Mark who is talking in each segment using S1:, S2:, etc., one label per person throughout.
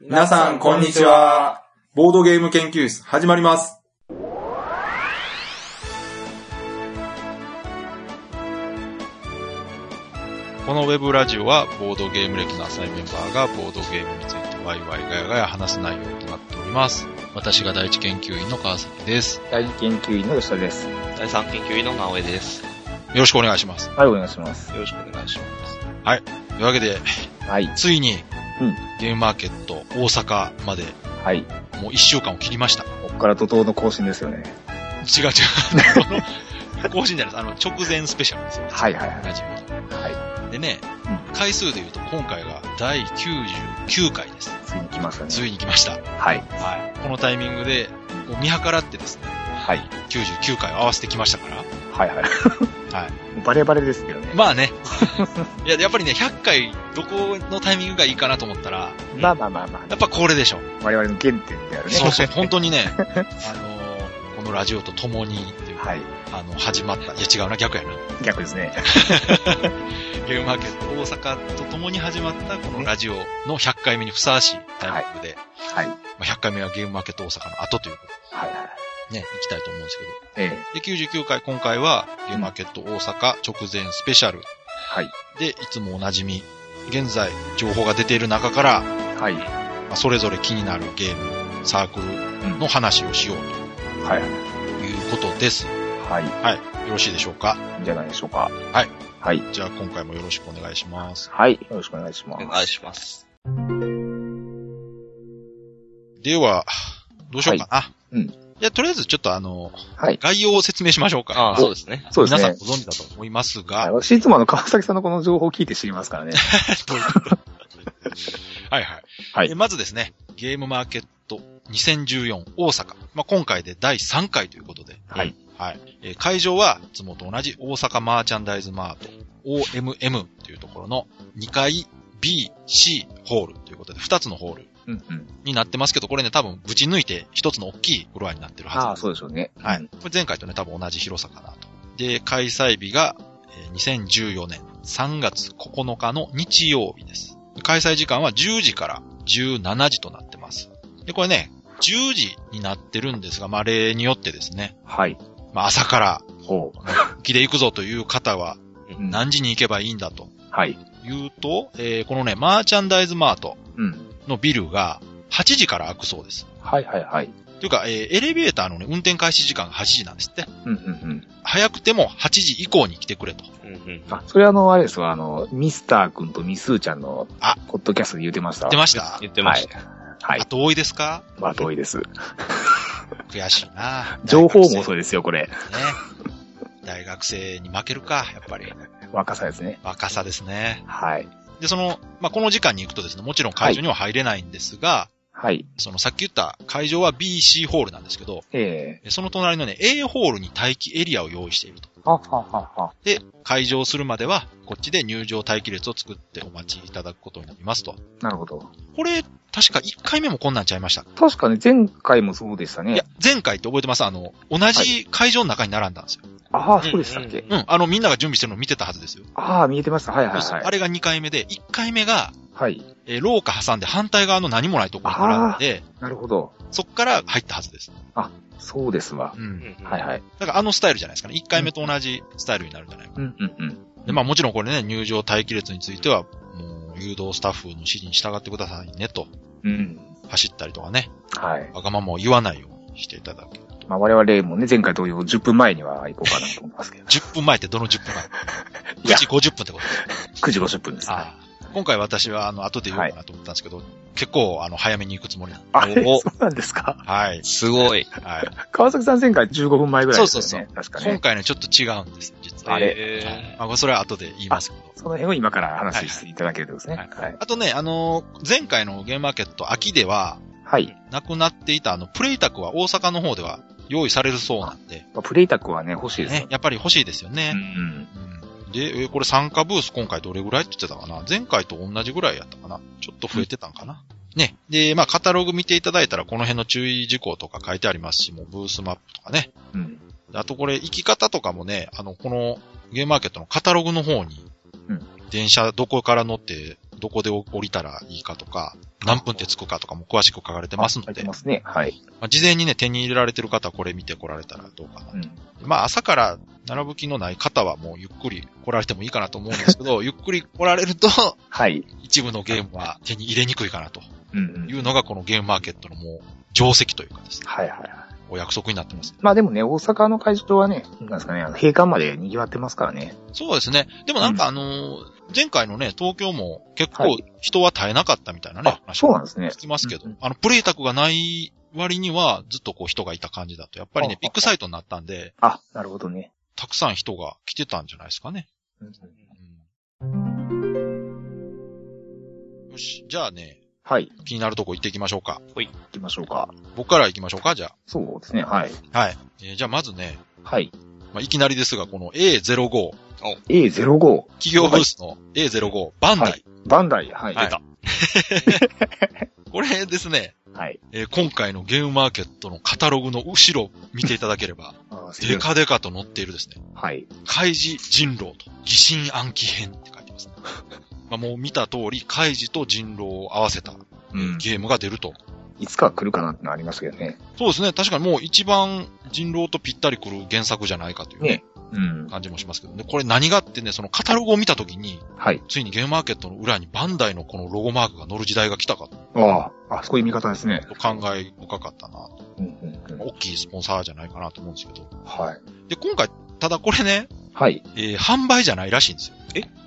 S1: 皆さん、こんにちは。ボードゲーム研究室、始まります。
S2: このウェブラジオは、ボードゲーム歴の浅いメンバーが、ボードゲームについてワイワイガヤガヤ話す内容となっております。私が第一研究員の川崎です。よ
S3: 第一研究員の吉田です。
S4: 第三研究員の直江です。
S2: ろしくお願いします。
S3: はい、お願いします。
S4: よろしくお願いします。
S2: というわけで、
S3: はい、
S2: ついに
S3: うん、
S2: ゲームマーケット大阪まで、
S3: はい。こ
S2: もう一週間を切りました。
S3: っから怒涛の更新ですよね。
S2: 違う違う。更新じゃないです。あの、直前スペシャルですよ。
S3: はいはいはい
S2: ラジオ
S3: は
S2: のでね、
S3: う
S2: 回数で言うと今回が第99回です。
S3: い。ついに来ましたね。
S2: ついに来ました。
S3: はい。
S2: はい。このタイミングで、こう見計らってですね、
S3: はい。
S2: 99回を合わせてきましたから、
S3: はいはい。
S2: はい。
S3: バレバレですけどね。
S2: ま あね。いや、やっぱりね、100回、どこのタイミングがいいかなと思ったら、
S3: まあまあまあま
S2: やっぱこれでしょ。
S3: あ、我々の原点であるね。
S2: そうそう、本当に ね、あのーこのラジオと共にっていうか、
S3: はい。
S2: あの、始まった、いや違うな、逆やな。
S3: 逆ですね。
S2: ゲームマーケット大阪と共に始まったこのラジオの100回目にふさわしいタイミングで、
S3: はい。はい
S2: まあ100回目はゲームマーケット大阪の後ということ
S3: はい。
S2: で、ね、行きたいと思うんです
S3: ええ。
S2: けど。で、99回、今回はゲームマーケット大阪直前スペシャル
S3: はい。
S2: で、いつもおなじみ、現在情報が出ている中から、
S3: はい。
S2: まあそれぞれ気になるゲーム、サークル
S3: うん。
S2: の話をしよう
S3: はい。
S2: ということです。
S3: はい。
S2: はい。よろしいでしょうか
S3: いいんじゃないでしょうか。
S2: はい。
S3: はい。
S2: じゃあ今回もよろしくお願いします。
S3: はい。よろしくお願いしま
S4: お
S3: す。
S4: 願いします。
S2: では、どうしようかな。
S3: うん
S2: じゃあとりあえずちょっとあの、
S3: はい。
S2: 概要を説明しましょうか。
S4: ああ、そうですね。
S3: そうですね
S2: 皆さんご存知だと思います
S3: はい、
S2: が、
S3: 私いつもあの、川崎さんのこの情報を聞いて知りますからね。
S2: ということではいはい。
S3: はい
S2: えまずですね、ゲームマーケット2014大阪。まあ、今回で第3回ということで。
S3: はい。
S2: はい。えー会場は、いつもと同じ大阪マーチャンダイズマート、OMM というところの2階 B、C ホールということで、2つのホール
S3: うんうん。
S2: になってますけど、これね、多分ぶち抜いて1つの大きいフロアになってる
S3: あ
S2: は
S3: あ、そうでしょうね。
S2: ず。はい。これ前回とね、多分同じ広さかなと。で、開催日が、えー2014年3月9日の日曜日です。開催時間は10時から17時となってます。で、これね、10時になってるんですが、まあ、例によってですね、
S3: はい。
S2: まあ、朝から
S3: ほう。
S2: 気で行くぞという方は
S3: うん
S2: 何時に行けばいいんだと
S3: はい。
S2: いうと、えーこのね、マーチャンダイズマート
S3: うん。
S2: のビルが8時から開くそうです。
S3: はいはいはい。
S2: というか、えーエレベーターのね、運転開始時間が8時なんですって。
S3: うんうんうん。
S2: 早くても8時以降に来てくれと。
S4: うんうん。
S3: あ、それあの、あれですわ、あの、ミスター君とミスーちゃんの
S2: あ、
S3: ポッドキャストで言ってました。
S2: 出ました
S4: 言ってました。
S3: はい
S2: あ。と多いですか
S3: まあ、遠いです。
S2: 悔しいな
S3: 情報も遅
S2: う
S3: いですよ、これ。
S2: ね。大学生に負けるか、やっぱり。
S3: 若さですね。
S2: 若さですね。
S3: はい。
S2: で、その、まあ、この時間に行くとですね、もちろん会場には入れないんですが、
S3: はい。
S2: そのさっき言った会場は BC ホールなんですけど、
S3: ええ
S2: その隣のね、A ホールに待機エリアを用意していると。
S3: はははは。
S2: で、会場するまでは、こっちで入場待機列を作ってお待ちいただくことになりますと。
S3: なるほど。
S2: これ、確か1回目もこんなんちゃいました。
S3: 確かね、前回もそうでした
S2: いや
S3: ね。、
S2: 前回って覚えてますあの、同じ会場の中に並んだんですよ。
S3: ああ、そうでしたっけ
S4: うん。
S2: うん、あの、みんなが準備してるの見てたはずですよ。
S3: ああ、見えてました。はいはい
S2: そうそう
S3: は
S2: あ
S3: い。
S2: れが2回目で、1回目が、
S3: はい。
S2: えー廊下挟んで反対側の何もないところに並んで、
S3: なるほど。
S2: そっから入ったはずです。
S3: そうですわ
S2: う。。
S4: うんんうん
S3: はいはい。
S2: だからあのスタイルじゃないですかね。1回目と同じスタイルになるんじゃないかな
S3: うんうんうん。
S2: で、まあもちろんこれね、入場待機列については、もう誘導スタッフの指示に従ってくださいねと、
S3: うん。
S2: 走ったりとかね、
S3: はい。
S2: わがままを言わないようにしていただける。。
S3: まあ、我々もね、前回同様、10分前には行こうかなと思いますけど
S2: 10分前 ってどの10分前
S3: いや
S2: ?9 時50分ってことです
S3: 9時50分です。
S2: ああ今回私はあの、後で言おうかなと思ったんですけど、結構あの、早めに行くつもりなんで。
S3: あれ、
S4: お
S3: そうなんですか
S2: はい。
S4: すごい。
S2: はい。
S3: 川崎さん前回15分前ぐらいですよね。
S2: そうそう
S3: 確か
S2: 今
S3: ね。
S2: 回ね、ちょっと違うんです、実は。
S3: あれ
S2: はい
S4: れ
S2: まあ、それは後で言いますけど。
S3: その辺を今から話していただけるとですね。
S2: は
S3: はいい。
S2: あとね、あのー前回のゲームマーケット秋では、
S3: はい。
S2: なくなっていたあの、プレイタクは大阪の方では用意されるそうなんで、
S3: まあプレイタックはね、欲しいです
S2: ね
S3: よ、。
S2: やっぱり欲しいですよ
S3: う
S2: ね。
S3: ん。
S2: うんで、えーこれ参加ブース今回どれぐらいって言ってたかな前回と同じぐらいやったかなちょっと増えてたんかな、ね。で、まあカタログ見ていただいたらこの辺の注意事項とか書いてありますし、もうブースマップとかね。
S3: うん。
S2: あとこれ行き方とかもね、あの、このゲームマーケットのカタログの方に
S3: うん、
S2: 電車どこから乗って、どこで降りたらいいかとか、何分で着くかとかも詳しく書かれてますの
S3: 書い
S2: で、
S3: て
S2: ま
S3: ますね。はい。
S2: あ事前にね、手に入れられてる方はこれ見て来られたらどうかな。
S3: うん。
S2: まあ朝から並ぶ気のない方はもうゆっくり来られてもいいかなと思うんですけ ど、ゆっくり来られると、
S3: はい。
S2: 一部のゲームは手に入れにくいかなと
S3: うん、う
S2: い
S3: ん。
S2: うのがこのゲームマーケットのもう定石というかですね、
S3: はいはいはい。
S2: お約束になってます。
S3: まあでもね、大阪の会場はね、なんですかね、あの閉館まで賑わってますからね。
S2: そうですね。でもなんかあのー前回のね、東京も結
S3: は
S2: 構
S3: い
S2: 人は絶えなかったみたいなね、話
S3: そうなんですね
S2: 聞。きますけど、
S3: うんうん
S2: あの、プレイタクがない割にはずっとこう人がいた感じだと、やっぱりね
S3: あ、
S2: ビッグサイトになったんで、
S3: あ、なるほどね。
S2: たくさん人が来てたんじゃないですかね。
S3: うんうん
S2: うんよし、じゃあね、
S3: はい。行
S2: 気になるとこ行っていきましょうか。
S3: きましょうか。
S2: 僕から行きましょうか、じゃ
S3: そうですね。はい。
S2: あ。はい。えーじゃあまずね、
S3: はい。
S2: まあ、いきなりですが、この A05、
S3: A05。
S2: 企業ブースの A05、バンダイ。
S3: はいバンダイ。はい。
S2: 出た。これですね、
S3: はい。
S2: えー今回のゲームマーケットのカタログの後ろ見ていただければ、
S3: あー
S2: デカデカと載っているですね、
S3: はい。
S2: 開示人狼と疑心暗鬼編って書いてます、ね。まあもう見た通り、開示と人狼を合わせた
S3: うん。
S2: ゲームが出ると。
S3: いつか来るかなってのありましたけどね。
S2: そうですね、確かにもう一番人狼とぴったりくる原作じゃないかという、
S3: ねうん。
S2: 感じもしますけどね。これ何があってね、そのカタログを見たときに、
S3: はい。
S2: ついにゲームマーケットの裏にバンダイのこのロゴマークが載る時代が来たかと
S3: ああ、あ、そういう見方ですね。
S2: 考え深かったな
S3: うんうんうん。
S2: 大きいスポンサーじゃないかなと思うんですけど。
S3: はい。
S2: で、今回、ただこれね、
S3: はい。
S2: えー販売じゃないらしいんですよ。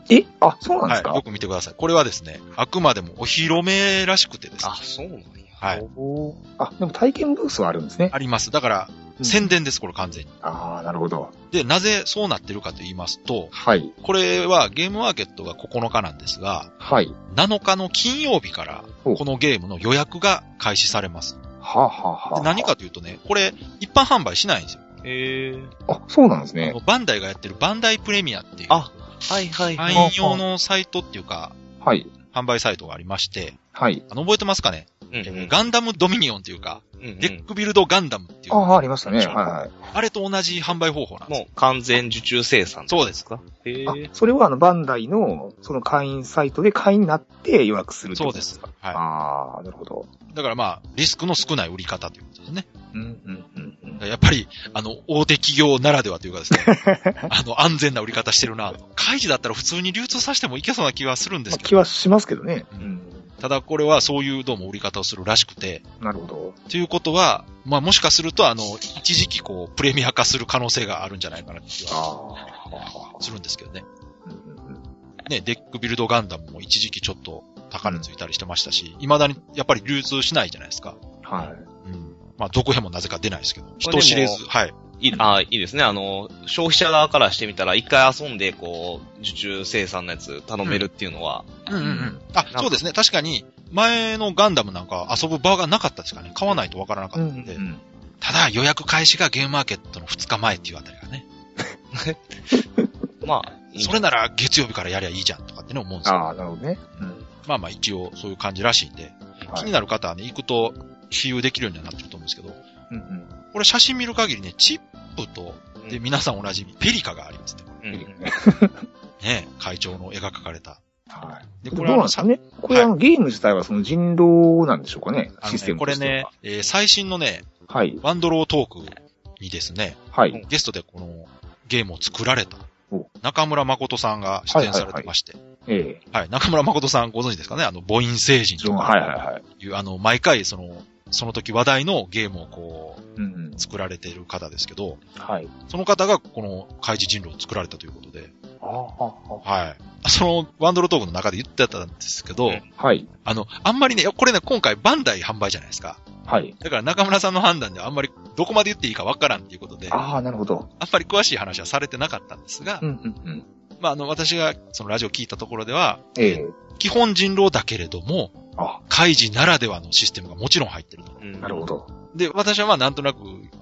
S3: えあ、そうなんで
S2: は
S3: す
S2: い。
S3: か、
S2: よく見てください。これはですね、あくまでもお披露目らしくてですね。
S4: あ、そうなんや。
S2: はい。
S3: おーあ、でも体験ブースはあるんですね。
S2: あります。だから、
S3: うん
S2: 宣伝です、これ完全に。
S3: ああ、なるほど。
S2: で、なぜそうなってるかと言いますと、
S3: はい。
S2: これはゲームマーケットが9日なんですが、
S3: はい。
S2: 7日の金曜日から、
S3: お
S2: このゲームの予約が開始されます。
S3: はあ、はあは
S2: で
S3: あ、
S2: 何かというとね、これ、一般販売しないんですよ。
S4: えー。
S3: あ、そうなんです
S2: あ
S3: ね
S2: の。バンダイがやってるバンダイプレミアっていう、
S4: あはいはいはい。
S2: 汎用のサイトっていうか、
S3: はい。
S2: 販売サイトがありまして、
S3: はい。
S2: あの、覚えてますかね、
S4: うんうん
S2: ガンダムドミニオンというか、
S4: うんうん
S2: デックビルドガンダムっていう、
S3: あ
S2: あ
S3: あ、ありましたね。は
S2: れと同じ販売方法なんです
S4: も
S2: よ。
S4: う完全受注生産。
S2: そうですか。
S4: へ
S3: い
S4: え
S3: はい。あ、それはあの、バンダイの、その会員サイトで会員になって予約するって
S2: そ
S3: こ
S2: う
S3: と
S2: です
S3: か。。
S2: は
S3: ああ、なるほど。
S2: い。だからまあ、リスクの少ない売り方ということですね。
S3: うん、うん、うんうん。
S2: やっぱり、あの、大手企業ならではというかです ね、あの、安全な売り方してるなと。開示だったら普通に流通させてもいけそうな気はするんで
S3: まあ
S2: すけ
S3: 気
S2: ど、
S3: はしますけどね。
S2: う
S3: うんん。
S2: ただこれはそういうどうも売り方をするらしくて、
S3: なるほど。
S2: ということは、まあもしかすると、あの、一時期こう、プレミア化する可能性があるんじゃないかなって気は
S3: ああ。
S2: するんですけどね。
S3: うんうんうん
S2: ね、デックビルドガンダムも一時期ちょっと高値ついたりしてましたし、未だにやっぱり流通しないじゃないですか。
S3: はい。
S2: うん。まあ、続編もなぜか出ないですけど、人知れず、はい。
S4: いい、あ、いいですね。あの、消費者側からしてみたら、一回遊んで、こう、受注生産のやつ頼めるっていうのは、
S2: うんうんうん。あ、そうですね。確かに、前のガンダムなんか遊ぶ場がなかったですからね。買わないとわからなかったんで。
S3: うん。
S2: ただ、予約開始がゲームマーケットの2日前っていうあたりがね。
S4: まあ、いいんじ
S2: そ
S4: ゃ
S2: れなら月曜日からやりゃいいじゃんとかってね、思うんですけど。
S3: ああ、なるほどね。うん。
S2: まあまあ、一応そういう感じらしいんで。
S3: はい
S2: 気になる方はね、行くと、比喩できるようにはなってると思うんですけど、
S3: うんうん。
S2: これ写真見る限りね、チップと、
S4: うん
S2: で、皆さんおなじみ、ペリカがありますね。
S4: うん
S2: ね、会長の絵が描かれた。
S3: はい。
S2: で、
S3: ど
S2: こ
S3: う
S2: れ
S3: なん
S2: は
S3: ですかねこれあの、ゲーム自体はその人狼なんでしょうかね
S2: あの
S3: システ
S2: ね、
S3: ム
S2: ことれ
S3: しては
S2: ね、えー最新のね、
S3: はい。
S2: ワンドロートークにですね、
S3: はい。
S2: ゲストでこのゲームを作られた
S3: お、
S2: 中村誠さんが出演されてまして、はい
S3: ええ。
S2: 中村誠さんご存知ですかねあの、母音星人
S3: 自
S2: と
S3: 分
S2: か、
S3: は、はいはいはい。
S2: いう、あの、毎回その、その時話題のゲームをこう、
S3: うんうん。
S2: 作られている方ですけど、
S3: はい。
S2: その方がこの開示人狼を作られたということで、
S3: ああ、
S2: はい。その、ワンドロートークの中で言ってたんですけど、
S4: うん
S3: はい。
S2: あの、あんまりね、いやこれね、今回バンダイ販売じゃないですか。
S3: はい。
S2: だから中村さんの判断ではあんまりどこまで言っていいかわからんっていうことで、あ
S3: ああ、なるほど。
S2: んまり詳しい話はされてなかったんですが、
S3: うんうんうん。
S2: まあ、あの、私がそのラジオ聞いたところでは、
S3: ええ。
S2: 基本人狼だけれども、
S3: あ
S2: 開示ならではのシステムがもちろん入ってると。
S4: うん
S3: なるほど。
S2: で、私はまあなんとなく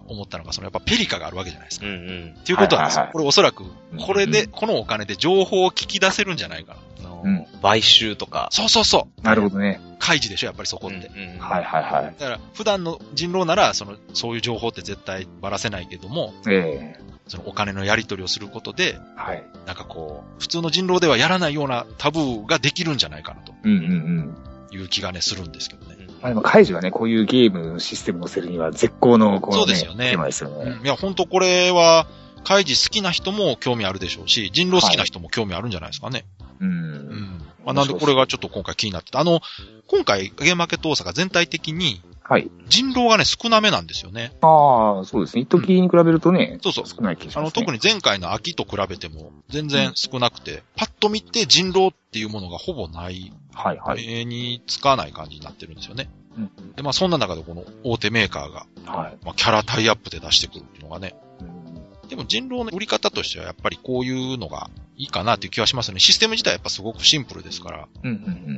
S2: 思ったのが、そのやっぱペリカがあるわけじゃないですか。
S4: うんうん。
S2: っていうことはです
S3: はいはいは
S2: よ
S3: い
S2: これおそらく、
S3: ん
S2: これで、このお金で情報を聞き出せるんじゃないかな。
S4: あの
S3: うん
S4: 買収とか。
S2: そうそうそう。
S3: なるほどね。
S2: 開示でしょ、やっぱりそこって。
S4: うんうん
S3: はいはいはい。
S2: だから、普段の人狼なら、その、そういう情報って絶対ばらせないけども、
S3: ええ。
S2: そのお金のやり取りをすることで、
S3: はい。
S2: なんかこう、普通の人狼ではやらないようなタブーができるんじゃないかなと
S3: うんうんうん。
S2: いう気がね、するんですけどね。
S3: まあでも、カイジはね、こういうゲームシステム乗せるには絶好の、こう、ね、
S2: そうですよね
S3: テーマですよね。
S2: うんいや、ほんとこれは、カイジ好きな人も興味あるでしょうし、人狼好きな人も興味あるんじゃないですかね。
S3: うん。
S2: うん。まあ、なんでこれがちょっと今回気になってた。あの、今回、ゲームマーケット大阪全体的に
S3: はい。
S2: 人狼がね、少なめなんですよね。
S3: ああ、そうですね。一時に比べるとね、
S2: そうそう。
S3: 少ない気がし
S2: あ
S3: ます、ね。
S2: の、特に前回の秋と比べても全然少なくて、パッと見て人狼っていうものがほぼない、
S3: はいはい。
S2: 目につかない感じになってるんですよね。
S3: うん
S2: で、まあそんな中でこの大手メーカーが、
S3: はい。
S2: まあキャラタイアップで出してくるっていうのがね、
S3: うん
S2: でも人狼の売り方としてはやっぱりこういうのがいいかなっていう気はしますね。システム自体やっぱすごくシンプルですから、
S3: うん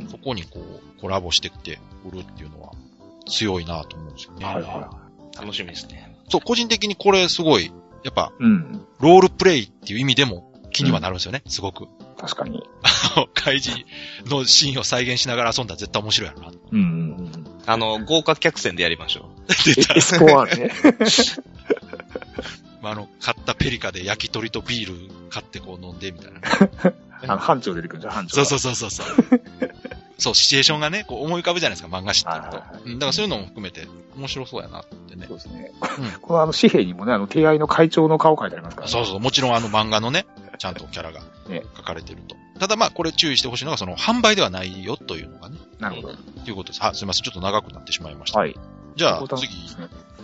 S3: うん
S2: そこにこうコラボしてきて売るっていうのは強いなと思うんですよ
S3: うん。
S2: ね。
S3: はいは
S4: 楽しみですね。
S2: そう、個人的にこれすごい、やっぱ
S3: い。うん。
S2: ロールプレイっていう意味でも気にはなるんですよね、すごく。
S3: 確かに。
S2: 怪人のシーンを再現しながら遊んだら絶対面白いやろな。
S3: うんうんうん。
S4: あの、豪華客船でやりましょ
S2: 出
S3: エ
S2: た。
S3: スコアね。
S2: まあ、あの、買ったペリカで焼き鳥とビール買ってこう飲んでみたいな。
S3: あの、班長出てくるんじゃん、班長
S2: そ
S3: が。
S2: うそううそう そうそう。そう、シチュエーションがね、こう思い浮かぶじゃないですか、漫画知ってると
S3: はいはいはい。
S2: うんだからそういうのも含めて面白そうやなってね。
S3: そうですね
S2: う。
S3: このあの、紙幣にもね、あの、手合いの会長の顔書いてありますからね。
S2: そうそう、もちろんあの漫画のね、ちゃんとキャラが
S3: ね
S2: 書かれてると。ただまあ、これ注意してほしいのが、その、販売ではないよというのがね、
S3: なるほど。
S2: ということです。あ、すいません、ちょっと長くなってしまいました。
S3: はい。
S2: じゃ
S3: こ
S2: あ、
S3: こだ
S2: 次、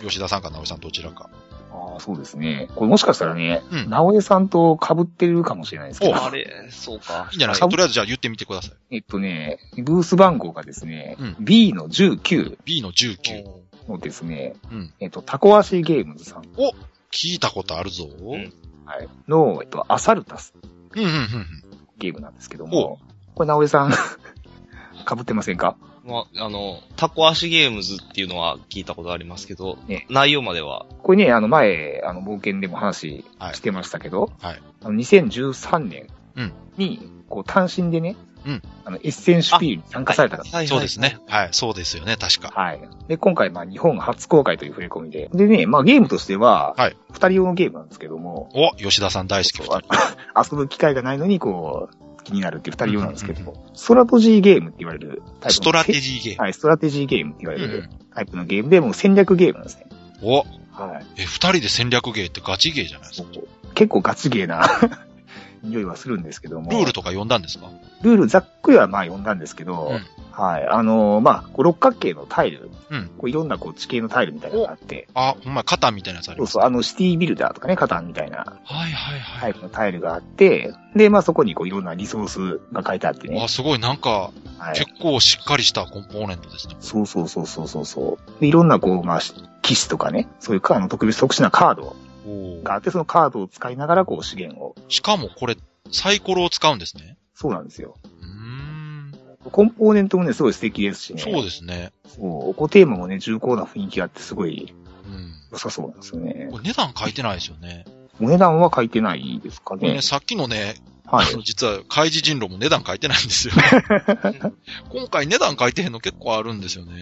S2: 吉田さんか直江さんどちらか。
S3: ああ、そうですね。これもしかしたらね、
S2: うん
S3: 直江さんと被ってるかもしれないですけ
S2: お
S3: ど、
S4: う。れ、そうか
S2: いいんじゃないですか。とりあえずじゃあ言ってみてください。
S3: えっとね、ブース番号がですね、
S2: うん
S3: B の19
S2: B の19。
S3: のですね、
S2: うん
S3: えっと、タコ足ゲームズさん、
S2: 聞いたことあるぞ。うんん
S3: はい、の、えっと、アサルタス
S2: うんうん
S3: ゲームなんですけども、これ直江さん、 被ってませんか
S4: まあ、あの、タコ足ゲームズっていうのは聞いたことありますけど、
S3: ね
S4: 内容までは、
S3: これね、あの前、あの、冒険でも話してましたけど、
S2: はいはい
S3: あの2013年
S2: うん
S3: に、こう、単身でね、
S2: うん
S3: あの、エッセンシュピールに参加された方。
S2: うん。そうですね。はい、そうですよね、確か。
S3: はい。で、今回、まあ、日本初公開という触れ込みで。でね、まあ、ゲームとしては、
S2: はい
S3: 二人用のゲームなんですけども、
S2: お、吉田さん大好き二
S3: そう
S2: 人。
S3: あ 遊ぶ機会がないのに、こう、気になるっていう二人用なんですけども、ストラトジーゲームって言われるタイプの。
S2: ストラテ
S3: ー
S2: ジーゲーム。
S3: はい、ストラテジーゲームって言わ
S2: う
S3: れる
S2: ん
S3: タイプのゲームで、もう戦略ゲームなんですね。
S2: お、
S3: はい。
S2: え、二人で戦略ゲーってガチゲーじゃないですか。
S3: 結構ガチゲーな 匂いはするんですけども。
S2: ルールとか読んだんですか
S3: ルールざっくりはまあ読んだんですけど、
S2: うん
S3: はい。あのーまあ、こう六角形のタイル、
S2: うん
S3: こういろんなこう地形のタイルみたいなのがあって、
S2: あ、ほんまや、肩みたいなやつあり
S3: そう
S2: ます。
S3: そう、あのシティビルダーとかね、カタンみたいな
S2: はいはい
S3: タ
S2: は
S3: イ
S2: い。
S3: プのタイルがあって、で、まあそこにこういろんなリソースが書いてあってね
S2: あ、。すごい、なんか、
S3: はい。
S2: 結構しっかりしたコンポーネントですね。
S3: そうそうそうそうそうそう。で、いろんなこう、まあ、騎士とかね、そういうかあの特別特殊なカード
S2: お
S3: があって、そのカードを使いながらこう資源を。
S2: しかもこれ、サイコロを使うんですね。
S3: そうなんですよ。
S2: うーん。
S3: コンポーネントもね、すごい素敵ですしね。
S2: そうですね。
S3: そう。こうテーマもね、重厚な雰囲気があって、すごい
S2: うん。
S3: 良さそうなんですよね。
S2: これ値段書いてないですよね。
S3: お値段は書いてないですか
S2: これ
S3: ね
S2: ね、。さっきのね、
S3: はい
S2: あ。の実は、開示人狼も値段書いてないんで すよ。今回値段書いてへんの結構あるんですよね。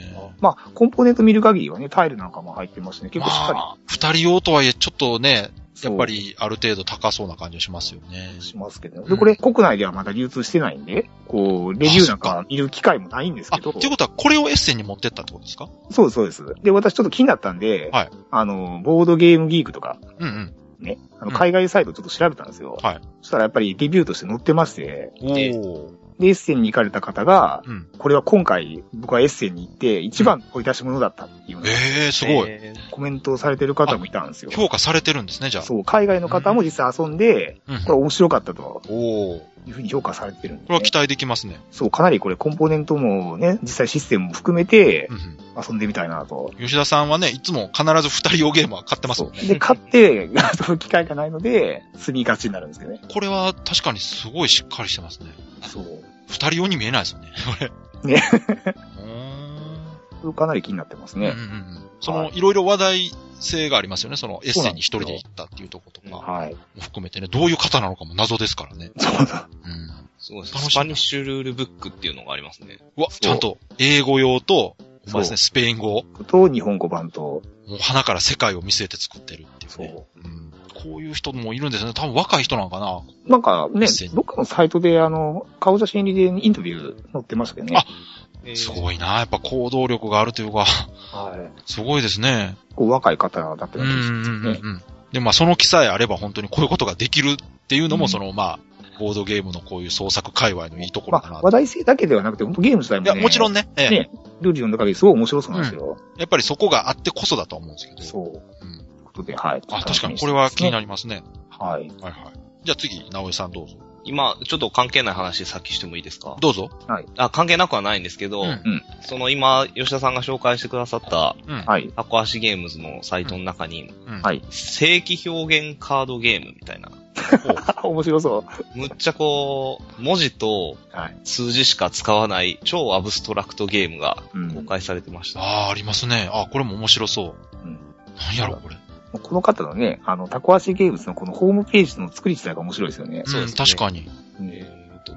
S3: まあ、コンポーネント見る限りはね、タイルなんかも入ってますね。結構しっかり。
S2: まあ二人用とはいえ、ちょっとね、やっぱ
S3: そう
S2: りある程度高そうな感じはしますよね。
S3: しますけど、
S2: う
S3: で、
S2: ん
S3: これ国内ではまだ流通してないんで、こう、レビューなんか見る機会もないんです
S2: あ、
S3: け
S2: ってい
S3: ど、
S2: うことは、これをエッセンに持ってったってことですか
S3: そうです、そうです。で、私ちょっと気になったんで、
S2: はい
S3: あの、ボードゲームギークとか、
S2: うんうん。
S3: ね、あ
S2: う
S3: の
S2: ん
S3: 海外サイトちょっと調べたんですよ。
S2: はい
S3: そしたらやっぱりレビューとして載ってまして、
S2: おー。
S3: で、エッセンに行かれた方が、
S2: うん。
S3: これは今回僕はエッセンに行って一番掘り出し物だったっていうような
S2: ええー、すごい。
S4: え
S3: コメントをされてる方もいたんですよ。
S2: 評価されてるんですね、じゃあ。
S3: そう、海外の方も実際遊んで、
S2: うんうん
S3: これ面白かったと
S2: おー。
S3: いうふうに評価されてるんで、ね。
S2: これは期待できますね。
S3: そう、かなりこれコンポーネントもね、実際システムも含めて
S2: うんうん。
S3: 遊んでみたいなと。
S2: 吉田さんはね、いつも必ず二人用ゲームは買ってますもん
S3: そうで、買って、 遊ぶ機会がないので、スニーカーチになるんですけどね。
S2: これは確かにすごいしっかりしてますね。
S3: そう。
S2: 二人用に見えないですよね、これ。
S3: ね。
S2: うーん。
S3: かなり気になってますね
S2: うん。うんうんその、、
S3: はい
S2: ろいろ話題性がありますよね。その、エッセンに一人で行ったっていうとこと
S4: うん
S2: かも
S3: はい。
S2: 含めてね、どういう方なのかも謎ですからね。
S3: そうだ。
S2: うん。
S4: すごいです
S2: 楽しみ
S4: スパニッシュルールブックっていうのがありますね。
S2: うわ、ちゃんと、英語用と、まあですね、スペイン語、
S3: と、日本語版と、
S2: もう花から世界を見据えて作ってるっていう
S3: そ
S2: ね。
S3: う。
S2: うん、こういう人もいるんですね。多分若い人なのかな。
S3: なんかね
S2: 実際、に
S3: どっかのサイトで、あの、顔写真入りでインタビュー載ってましたけどね。
S2: あ
S4: えー
S2: すごいな。やっぱ行動力があるという
S3: は
S2: か、
S3: い。
S2: すごいですね。
S3: こう若い方だったら
S2: うんう
S3: しいで
S2: んう
S3: すよ
S2: んう
S3: ね。
S2: ん。で、まあその気さえあれば本当にこういうことができるっていうの
S3: う
S2: も、
S3: ん
S2: そのまあ、ボードゲームのこういう創作界隈のいいところ
S3: ま
S2: かな
S3: あ、
S2: と。
S3: 話題性だけではなくて、本当ゲーム自体
S2: い
S3: も、
S2: や、
S3: ね。
S2: もちろん
S3: ね。
S2: ね、ええ
S3: ね、ルール読んだ限りすごい面白そうなんですよ。
S2: やっぱりそこがあってこそだとは思うんですけど。
S3: そう。
S2: うん
S3: ということで、はい。
S2: あ、確かにこれは気にな
S3: る。
S2: りますね。
S3: はい。
S2: はいはい。じゃあ次、直江さんどうぞ。
S4: 今、ちょっと関係ない話さっきしてもいいですか
S2: どうぞ。
S4: あ、関係なくはないんですけど、
S2: うん
S4: その今、吉田さんが紹介してくださった、
S2: うん。
S3: はい。
S4: 箱足ゲームズのサイトの中に、
S2: うん
S3: はい。
S4: 正規表現カードゲームみたいな。
S3: 面白そう。
S4: むっちゃこう、文字と
S3: はい。
S4: 数字しか使わない超アブストラクトゲームが
S3: うん
S4: 公開されてました。
S2: ああ、ありますね。あこれも面白そう。
S3: うん
S2: 何やろ、これ。
S3: この方のね、あの、タコ足芸物のこのホームページの作り自体が面白いですよね。
S4: そうですね
S2: ん、確かに。
S4: えーと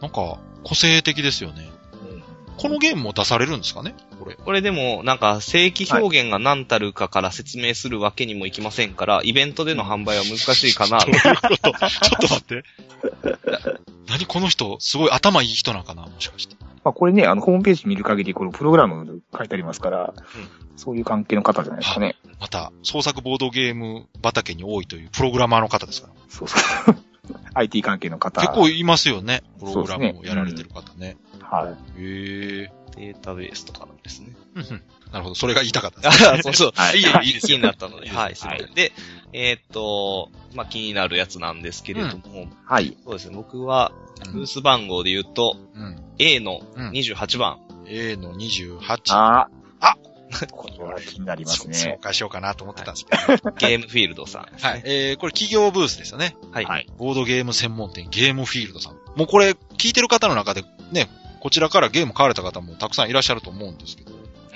S2: なんか、個性的ですよね。
S3: うん
S2: このゲームも出されるんですかねこれ。
S4: これでも、なんか、正規表現が何たるかから説明するわけにもいきませんから、イベントでの販売は難しいかな。
S2: ちょっと待って。何この人、すごい頭いい人なんかなもしかして。
S3: まあ、これね、あの、ホームページ見る限り、このプログラム書いてありますから、そういう関係の方じゃないですかね。
S2: また、創作ボードゲーム畑に多いというプログラマーの方ですから。
S3: そうそう。IT 関係の方。
S2: 結構いますよね。プロ
S3: そう
S2: グ
S3: で
S2: ラ
S3: すね
S2: ムをやられてる方ね。
S3: はい。
S2: へえ。
S4: データベースとかなんですね。
S2: うんうんなるほど。それが言いたかったです。
S4: あ そうそう。
S3: はい
S4: い
S3: は
S4: えいいです。気になった
S2: い
S4: の
S2: い
S4: で。
S2: です
S4: はい、すいませんで、えーっと、まあ、気になるやつなんですけれども、
S3: はい。
S4: そうですね、僕は、
S2: う
S4: ブ
S2: ん
S4: ース番号で言うと、
S2: うん。
S4: A の
S2: うん
S4: 28番。
S2: A の28。
S3: あ
S2: あ
S3: これは気になります
S2: そう紹
S3: ね。
S2: 介しようかなと思ってたんですけど。
S4: ゲームフィールドさんです
S2: はい
S4: ね。。
S2: えー、これ企業ブースですよね。
S4: はい。
S3: はい
S2: ボードゲーム専門店ゲームフィールドさん。もうこれ聞いてる方の中でね、こちらからゲーム買われた方もたくさんいらっしゃると思うんですけど。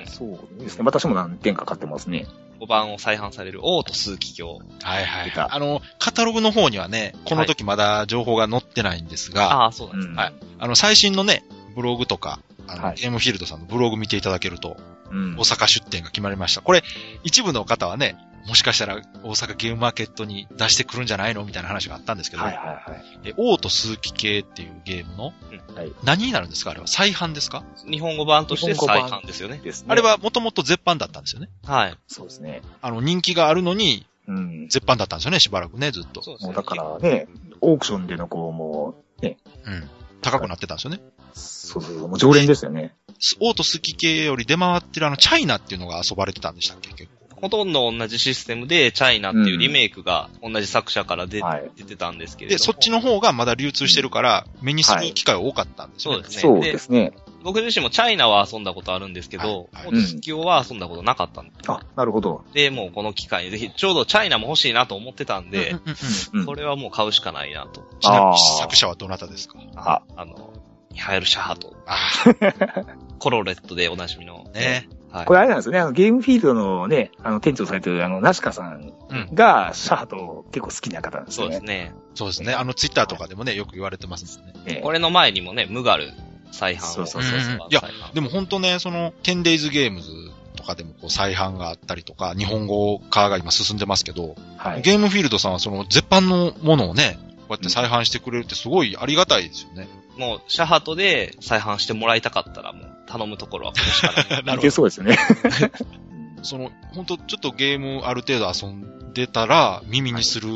S3: そうですね。私も何点か買ってますね。
S4: 5番を再販される、オート数企業。
S2: はいはい
S3: 出た
S2: あの、カタログの方にはね、この時まだ情報が載ってないんですが、
S4: ああ、そうなん
S3: う
S4: です。
S3: ん。
S2: はいあの、最新のね、ブログとか、あの、
S3: はい
S2: ゲームフィールドさんのブログ見ていただけると、
S3: うん
S2: 大阪出店が決まりました。これ、一部の方はね、もしかしたら大阪ゲームマーケットに出してくるんじゃないのみたいな話があったんですけど、
S3: はいはいはい。
S2: え、王と数奇系っていうゲームの、
S4: うん
S3: はい
S2: 何になるんですかあれは再販ですか
S4: 日本語版として
S3: 日本語
S4: 再
S3: 版
S4: 販ですよね。
S3: ですね。
S2: あれはもともと絶版だったんですよね。
S4: はい。
S3: そうですね。
S2: あの、人気があるのに、
S3: うん。
S2: 絶版だったんですよね、しばらくね、ずっと。
S4: そうです
S3: もう
S4: ね。
S3: だからね、オークションでのこう、も
S2: うん。高くなってたんですよね。
S3: う、そうそうそう、もう常連ですよね。
S2: すオート好き系より出回ってるあの、チャイナっていうのが遊ばれてたんでしたっけ結構。
S4: ほとんど同じシステムで、チャイナっていうリメイクが同じ作者から出,、
S3: はい。
S4: 出てたんですけれども。
S2: で、そっちの方がまだ流通してるから、目にする機会が多かったんですよね。
S4: はいね
S3: そうですね。
S4: 僕自身もチャイナは遊んだことあるんですけど、
S2: はい
S4: オートスキオは遊んだことなかったんで、
S3: あ、なるほど。
S4: でもうこの機会にぜひ、ちょうどチャイナも欲しいなと思ってたんで、
S2: うんうんうん
S3: うん。
S4: これはもう買うしかないなと。
S2: ちなみ
S3: あ
S2: に
S3: ー
S2: 作者はどなたですか
S3: あ、
S4: あの、ミハエル・シャハと、
S2: あ
S4: コロレットでおなじみの
S2: あ、。ね。
S4: はい
S3: こ。れあれなんですよね、あのゲームフィールドのね、あの店長されてるあの、ナシカさんが、シャハト結構好きな方なんです
S4: そ
S3: よ
S4: う
S3: ね。
S4: ですね。
S2: そうですね。あの、ツイッターとかでもね、よく言われてますもんね。
S3: ええ
S4: これの前にもね、ムガル再販を。
S3: そうそう
S2: そうそう
S4: 再販
S2: いやでも本当ね、その、10days games とかでもこう再販があったりとか、日本語化が今進んでますけど、
S3: はい。
S2: ゲームフィールドさんはその絶版のものをね、こうやって再販してくれるってすごいありがたいですよね。
S4: もう、シャハトで再販してもらいたかったら、もう、頼むところはこれしかない。
S3: い
S2: なるほど
S3: け。そうですよ ね。
S2: その、本当ちょっとゲームある程度遊んでたら耳にする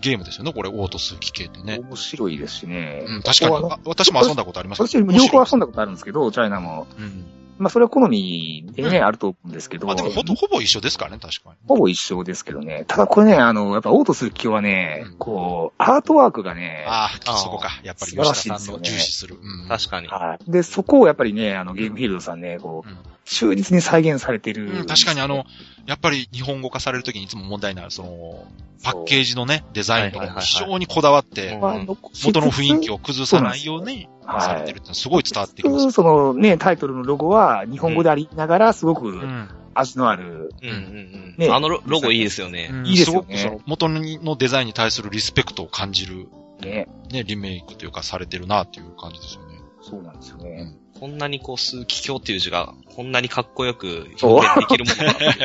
S2: ゲームですよね、これ、オートスーキ系ってね。
S3: 面白いですしね。
S2: うん、確かに。
S3: ここは
S2: あ私も遊んだことあります
S3: 私よりも両方遊んだことあるんですけど、チャイナも。
S2: うん。
S3: まあ、それは好みでね、あると思うんですけど。
S2: まあでもほと、ほぼ一緒ですからね、確かに。
S3: ほぼ一緒ですけどね。ただこれね、あの、やっぱオートする気はね
S2: うん、
S3: こう、アートワークがね、
S2: ああ、
S4: あー
S2: そこか。やっぱり
S3: 素晴ら
S2: 吉
S3: しい
S2: 田
S3: で
S2: さ
S3: す
S2: んの
S3: よね
S2: 重視する。うん。
S4: 確かに。
S3: はい。で、そこをやっぱりね、あの、ゲームフィールドさんね、こう、
S2: うん
S3: 忠実に再現されてる、
S2: うん確かにあの、、やっぱり日本語化されるときにいつも問題になる、その、パッケージのね、デザインとか
S4: はい
S2: も
S4: はいはい
S2: 非常にこだわって、
S4: うん
S2: 元の雰囲気
S3: を。
S2: を崩さないように
S3: はい
S2: されてるってのはすごい伝わってき
S3: 普
S2: ます
S3: 通。そのね、タイトルのロゴは日本語でありながら、すご
S2: う
S3: く
S2: ん
S3: 味のある、
S4: うんうんう
S3: ね
S4: ん。あのロロゴいいですよね。
S2: うん
S3: いいですよね
S2: ごくその元のデザインに対するリスペクトを感じる、
S3: ね、
S2: ね、リメイクというかされてるなっていう感じですよね。
S3: そうなんですよね。
S4: こんなにこう、数奇境っていう字が、こんなにかっこよく
S3: そう
S4: 表現できるものな
S3: だ
S4: んだ
S3: か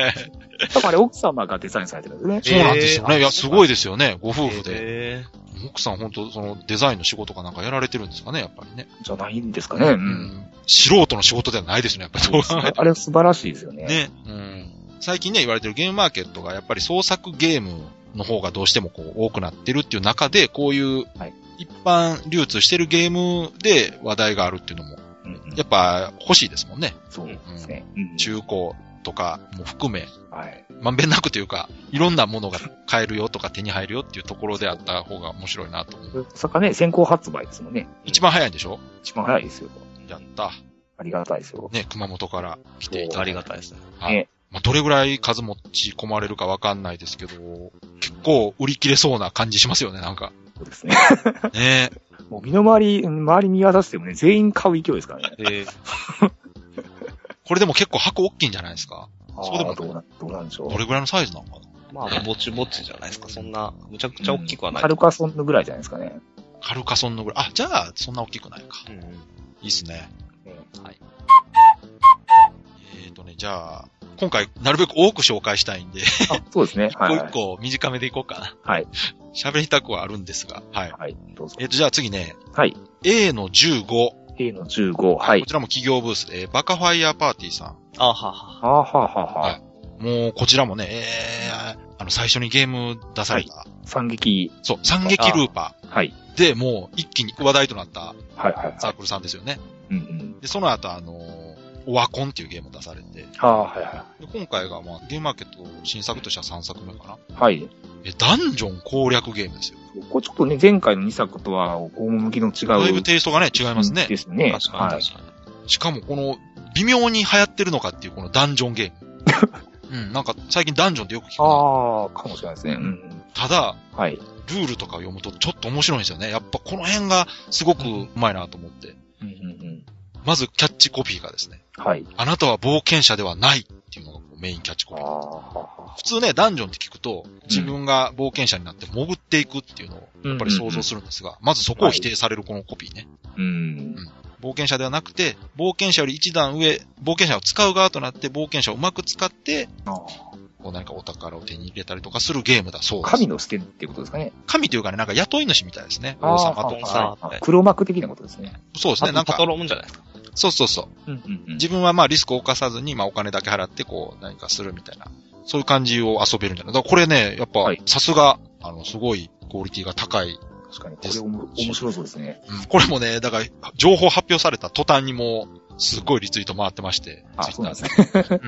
S3: らあれ奥様がデザインされてるんですね。
S2: そうなんですよね。いや、すごいですよね。ご夫婦で。
S4: へ
S2: 奥さん本当そのデザインの仕事かなんかやられてるんですかね、やっぱりね。
S3: じゃないんですかね。う。
S2: うん素人の仕事ではないですね、やっぱりそう考え
S3: あれは素晴らしいですよね。
S2: ね、うん。最近ね、言われてるゲームマーケットが、やっぱり創作ゲームの方がどうしてもこう多くなってるっていう中で、こういう
S3: はい
S2: 一般流通してるゲームで話題があるっていうのも、
S3: うんうん
S2: やっぱ欲しいですもんね。
S3: そうですね。うん
S2: 中古とかも含め、
S3: はい。
S2: まんべんなくというか、いろんなものが買えるよとか手に入るよっていうところであった方が面白いなと思う。
S3: 大阪ね、先行発売ですもんね。
S2: 一番早いんでしょ
S3: 一番早いですよ。
S2: やった。
S3: ありがたいですよ。
S2: ね、熊本から来ていた
S4: あ
S2: だい
S4: り
S2: て
S4: がたいですね。
S2: はい
S3: ね。
S2: まあ、どれぐらい数持ち込まれるかわかんないですけど、結構売り切れそうな感じしますよね、なんか。
S3: そうです ね。
S2: ね
S3: もう身の回り、周り見渡してもね、全員買う勢いですからね。
S4: えー
S2: これでも結構箱大きいんじゃないですかそうでも
S3: あーどうな、どうなんでしょう
S2: ど。れぐらいのサイズなのかな
S4: まあ、ぼちぼちじゃないですか。そんな、むちゃくちゃ大きくはない。
S3: カルカソンヌぐらいじゃないですかね。
S2: カルカソンのぐらい。あ、じゃあ、そんな大きくないか。
S4: うんうん
S2: いいっすね。
S3: ね
S2: えっ、とね、じゃあ、今回、なるべく多く紹介したいんで、一
S3: あ、そうですね。は
S2: 個
S3: い。
S2: 一個短めでいこうかな。
S3: はい。
S2: 喋りたくはあるんですが、はい。
S3: はい、どうぞ
S2: えっ、。と、じゃあ次ね、
S3: はい。
S2: A の15。こ
S3: A の15。はい。
S2: ちらも企業ブース、えーバカファイヤーパーティーさん。
S4: あはは。
S3: あーはーはーは
S2: はいもう、こちらもね、えー、あの、最初にゲーム出された、
S3: 惨劇。
S2: そう、三撃ルーパ
S3: はい。
S2: ーで、もう、一気に話題となった
S3: はいはいはい
S2: サークルさんですよね。
S3: うんうん。
S2: で、その後、あのーオワコンっていうゲームを出されて、で
S3: ああ、はいは
S2: 今回が、まあ、ゲームマーケット新作としては3作目かな。
S3: い。はい。
S2: え、ダンジョン攻略ゲームですよ。
S3: ここちょっとね、前回の2作とは、趣の違う。
S2: だいぶテイストがね、違いますね。
S3: ですね。
S4: 確か
S3: は
S4: に
S3: い。
S4: 確かに。
S2: しかも、この、微妙に流行ってるのかっていう、このダンジョンゲ ーム。うん、なんか、最近ダンジョンってよく聞くな。
S3: ああ、かもしれないですね。うんうん。
S2: ただ、
S3: はい。
S2: ルールとかを読むとちょっと面白いんですよね。やっぱこの辺がすごくうまいなと思って。
S3: うんうん
S2: まずキャッチコピーがですね、
S3: うん。はい。
S2: あなたは冒険者ではないっていうのがこうメインキャッチ
S3: あ
S2: コ
S3: あ
S2: ピー。
S3: は
S2: 普通ね、ダンジョンって聞くと、自分が冒険者になって潜っていくっていうのを
S3: ー。や
S2: やっぱり想像するんですが、まずそこを否定されるこのコピーね。
S3: る。うん。
S2: 冒険者ではなくて、冒険者より一段上、冒険者を使う側となって、冒険者をうまく使って、
S3: あー
S2: こう何かお宝を手に入れたりとかするゲームだそうです。
S3: 神の視点ってことですかね。
S2: 神というかね、なんか雇い主みたいですね。王様と
S4: あー。
S3: あーあー黒幕的なことですね。
S2: そうですね、なん
S4: パト
S2: か、
S4: ロームじゃないですか。
S2: そうそうそう。
S3: うんうんうん
S2: 自分はまあリスクを犯さずに、まあお金だけ払ってこう何かするみたいな、そういう感じを遊べるんじゃないだからこれね、やっぱ
S3: はい
S2: さすが、あの、すごいクオリティが高い。
S3: 確かに。これおも面白そうですね。
S2: うん、これもね、だから情報発表された途端にもう、すごいリツイート回ってまして、
S3: あ、
S2: Twitter
S3: そうなんですね。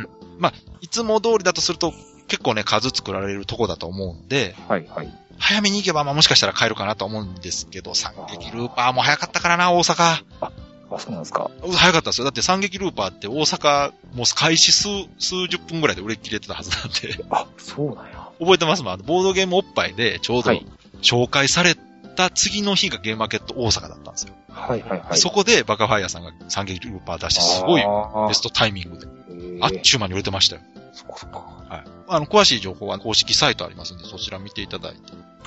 S2: いつも通りだとすると、結構ね、数作られるとこだと思うんで、
S3: はいはい。
S2: 早めに行けば、まあもしかしたら買えるかなと思うんですけど、三撃ルーパーも早かったからな、大阪。
S3: あ、そうなんですか。
S2: 早かったですよ。だって三撃ルーパーって大阪、もう開始数、数十分ぐらいで売れ切れてたはずなんで。
S3: あ、そうなんや。
S2: 覚えてますもん。あの、ボードゲームおっぱいで、ちょうど
S3: はい
S2: 紹介された次の日がゲームマーケット大阪だったんですよ。
S3: はいはいはい。
S2: そこでバカファイアさんが三撃ルーパー出して、すごい
S3: あー
S2: ベストタイミングで、
S3: へー
S2: あっちゅう間に売れてましたよ。
S3: そっかそっか。
S2: はい。あの、詳しい情報は公式サイトありますんで、そちら見ていただいて。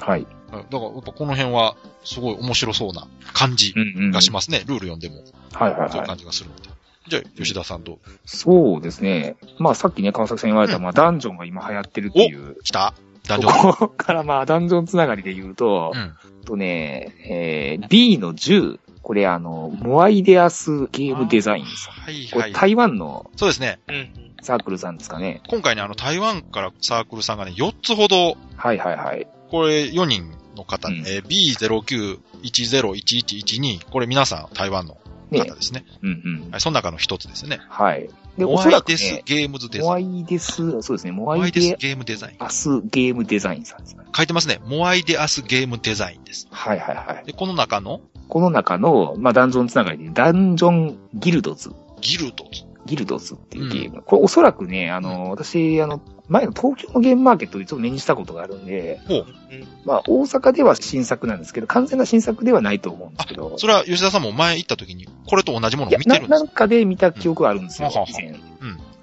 S3: はい。
S2: はいだから、やっぱこの辺は、すごい面白そうな感じ
S3: んう
S2: がしますね。ルール読んでも、
S3: はいはい
S2: そういう
S3: はい。
S2: 感じがするんで。じゃあ、吉田さんどう
S3: そうですね。まあさっきね、川崎さん言われた、まあダンジョンが今流行ってるっていう。
S2: 来たダン
S3: こ
S2: ジョン。
S3: こからまあダンジョンつながりで言うと、
S2: うん。
S3: とね、えー、B の10。これあの、モアイデアスゲームデザインさん。
S2: はい
S3: こ
S2: は
S3: れ
S2: い。
S3: 台湾の
S2: そうですね。
S4: うん
S3: サークルさんですかね。
S2: 今回ね、あの、台湾からサークルさんがね、4つほど
S3: はいはいはい。
S2: これ4人の方、
S3: うん
S2: えー B09101112、これ皆さん台湾の
S3: ね
S2: 方ですね。
S3: うんうん。
S2: はい、その中の一つですね。
S3: はい。で、お
S2: モ
S3: そ
S2: ア
S3: ら
S2: イ
S3: く
S2: デス
S3: ね、
S2: ゲームズデ
S3: モ
S2: ザ
S3: ア
S2: イン。
S3: イデス、そうですね、モ
S2: モ
S3: ア
S2: ア
S3: イ
S2: イデス
S3: デ
S2: ゲームデザイン。
S3: アスゲームデザインさんですね。
S2: 書いてますね。モアイデアスゲームデザインです。
S3: はいはいはい。
S2: で、この中の
S3: この中の、まあ、ダンジョンつながりで、ダンジョンギルドズ、
S2: ギルド。
S3: ギルドズっていうゲーム。これおそらくね、あの、私、あの、前の東京のゲームマーケットでちょっと目にしたことがあるんで、
S2: ほう。
S4: うん
S3: まあ、大阪では新作なんですけど、完全な新作ではないと思うんですけど、
S2: それは吉田さんも前行った時に、これと同じもの
S3: い
S2: を
S3: や
S2: 見て
S3: な、
S2: るんで
S3: な
S2: す
S3: ん
S2: か
S3: かで見た記憶があるんですよ、
S2: うんははは
S3: 以前。
S2: うん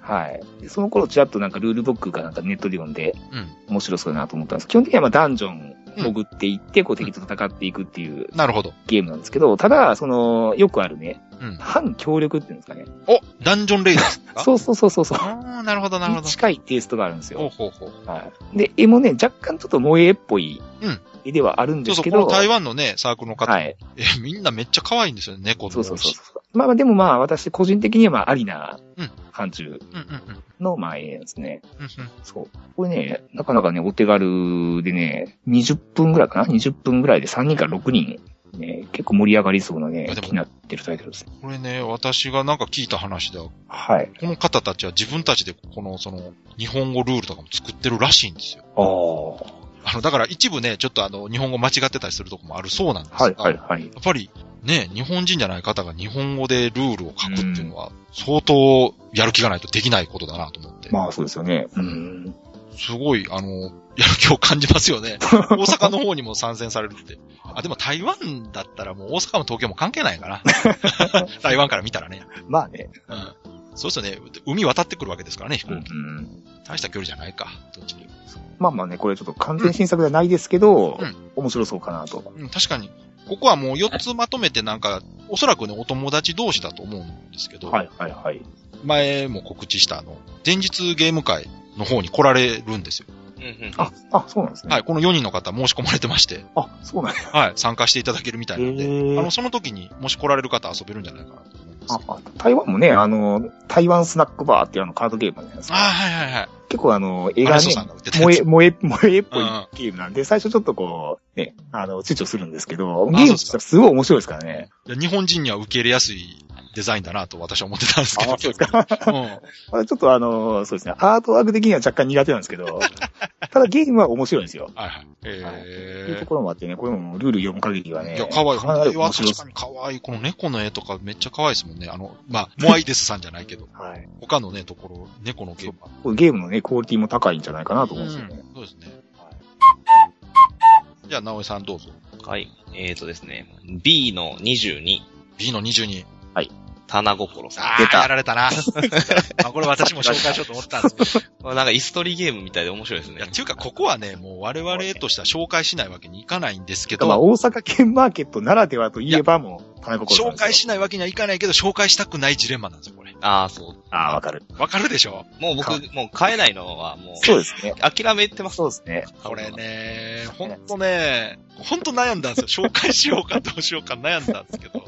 S3: はい。でその頃、ちらっとなんかルールブックかなんかネットで読んで、
S2: うん。
S3: 面白そうだなと思ったんです基本的にはまあダンジョン潜っていって、こう敵と戦っていくっていう
S2: なるほど。
S3: ゲームなんですけど、ただ、その、よくあるね、
S2: うん。
S3: 反協力っていうんですかね。
S2: おダンジョンレイダー ですかう。
S3: そうそうそうそうそう。
S2: あーなるほど、なるほ
S3: に
S2: ど。
S3: 近いテイストがあるんです
S2: ほう
S3: よ。
S2: ほうほう。
S3: はい、で、絵もね、若干ちょっと萌え絵っぽい
S2: うん
S3: りではあるんで
S2: そう
S3: す
S2: そう、
S3: け
S2: この
S3: ど、
S2: 台湾のね、サークルの方、
S3: はい。
S2: え、みんなめっちゃ可愛いんですよね、猫
S3: そ
S2: の
S3: うそうそう
S2: し。
S3: そう。まあまあでもまあ私個人的にはまあありな
S2: うん
S3: 範疇
S2: うんうんうん。うん
S3: のまあ絵ですね。
S2: うん
S3: そう。これね、なかなかね、お手軽でね、20分ぐらいかな ?20 分ぐらいで3人から6人、ね、結構盛り上がりそうなね
S2: あ、でも
S3: 気になってるタイトルですね。
S2: これね、私がなんか聞いた話では、
S3: はい。
S2: この方たちは自分たちでこの、その、日本語ルールとかも作ってるらしいんですよ。
S3: ああ。は
S2: あの、だから一部ね、ちょっとあの、日本語間違ってたりするとこもあるそうなんですが、
S3: い、はい、はい。
S2: やっぱりね、日本人じゃない方が日本語でルールを書くっていうのは、相当やる気がないとできないことだなと思って、
S3: まあそうですよね。うん。
S2: すごい、あの、やる気を感じます よね。大阪の方にも参戦されるって。あ、でも台湾だったらもう大阪も東京も関係ない かな。台湾から見たらね。
S3: まあね。
S2: うん。そうですよね。海渡ってくるわけですからね、飛
S3: う
S2: 行機。
S3: ん。
S2: 大した距離じゃないか。どっちにも。
S3: まあまあね、これちょっと完全新作ではないですけど、
S2: うん
S3: 面白そうかなと。
S2: うん、確かに。ここはもう4つまとめてなんか、おそらくね、お友達同士だと思うんですけど、
S3: はいはいはい。
S2: 前も告知したあの、前日ゲーム会の方に来られるんですよ。
S4: うんうん
S3: あ、あ、そうなんですね。
S2: はい、この4人の方申し込まれて まして、
S3: あ、そうなんですね。
S2: はい、参加していただけるみたいなんで、あ
S3: へー
S2: の、その時にもし来られる方遊べるんじゃないかなと思います
S3: あ。あ台湾もね、あの、台湾スナックバーっていうあのカードゲームじゃないです
S2: あ
S3: か。
S2: あ、はいはいはい。
S3: 結構あの、映
S2: アレ
S3: 画
S2: ソ
S3: ね
S2: さん、が売ってたや
S3: 萌え、
S2: つ。
S3: 萌え、萌えっぽい
S2: うん
S3: ゲームなんで、最初ちょっとこう、ね、あの、躊躇するんですけど、
S2: あ
S3: ゲームとしてはすごい面白いですからね。
S2: いや日本人には受け入れやすいデザインだなと私は思ってたんですけど。
S3: あそうですか。
S2: うん
S3: まあちょっとあの、そうですね、アートワーク的には若干苦手なんですけど、ただゲーム は面白いんですよ。
S2: はいは
S3: っ
S2: い。
S3: ていう
S2: え
S3: ところもあってね、これもルール読む限りは
S2: ー
S3: ね。
S2: いや、かわいい。
S3: か
S2: こ
S3: な
S2: の
S3: り
S2: 絵は
S3: 面白い
S2: 確
S3: です
S2: か。にかわいい。この猫の絵とかめっちゃかわいいですもんね。あの、まあ、モアイデスさんじゃないけど、
S3: はい。
S2: 他のね、ところ、猫のゲームは
S3: これゲームのね、クオリティも高いんじゃないかなと思うんですよね。
S2: そうですね。じゃあ、直江さんどうぞ。
S4: はい。えっ、ー、とですね、B の22、
S2: B の22。
S4: 棚心さん。
S2: あ
S3: 出
S2: あ、
S3: た
S2: やられた な。あこれ私も紹介しようと思ったんですけど。
S4: これなんかイストリーゲームみたいで面白いです
S2: い
S4: ね
S2: や、っ。ていうか、ここはね、もう我々としては紹介しないわけにいかないんですけ
S3: まあ、
S2: ど、
S3: 大阪県マーケットならではといえばもう、金子さん
S2: 紹
S3: ですよ
S2: 介しないわけにはいかないけど、紹介したくないジレンマなんですよ、これ。
S4: ああ、そう。
S3: ああ、わか る。
S2: わかるでしょ
S4: もう僕
S3: か、
S4: もう買えないのはも
S3: そう
S4: う、
S3: ですね。
S4: 諦めてます。
S3: そうですね。
S2: これね、ほんとね、ほんと悩んだんですよ。紹介しようかどうしようか悩んだんですけど。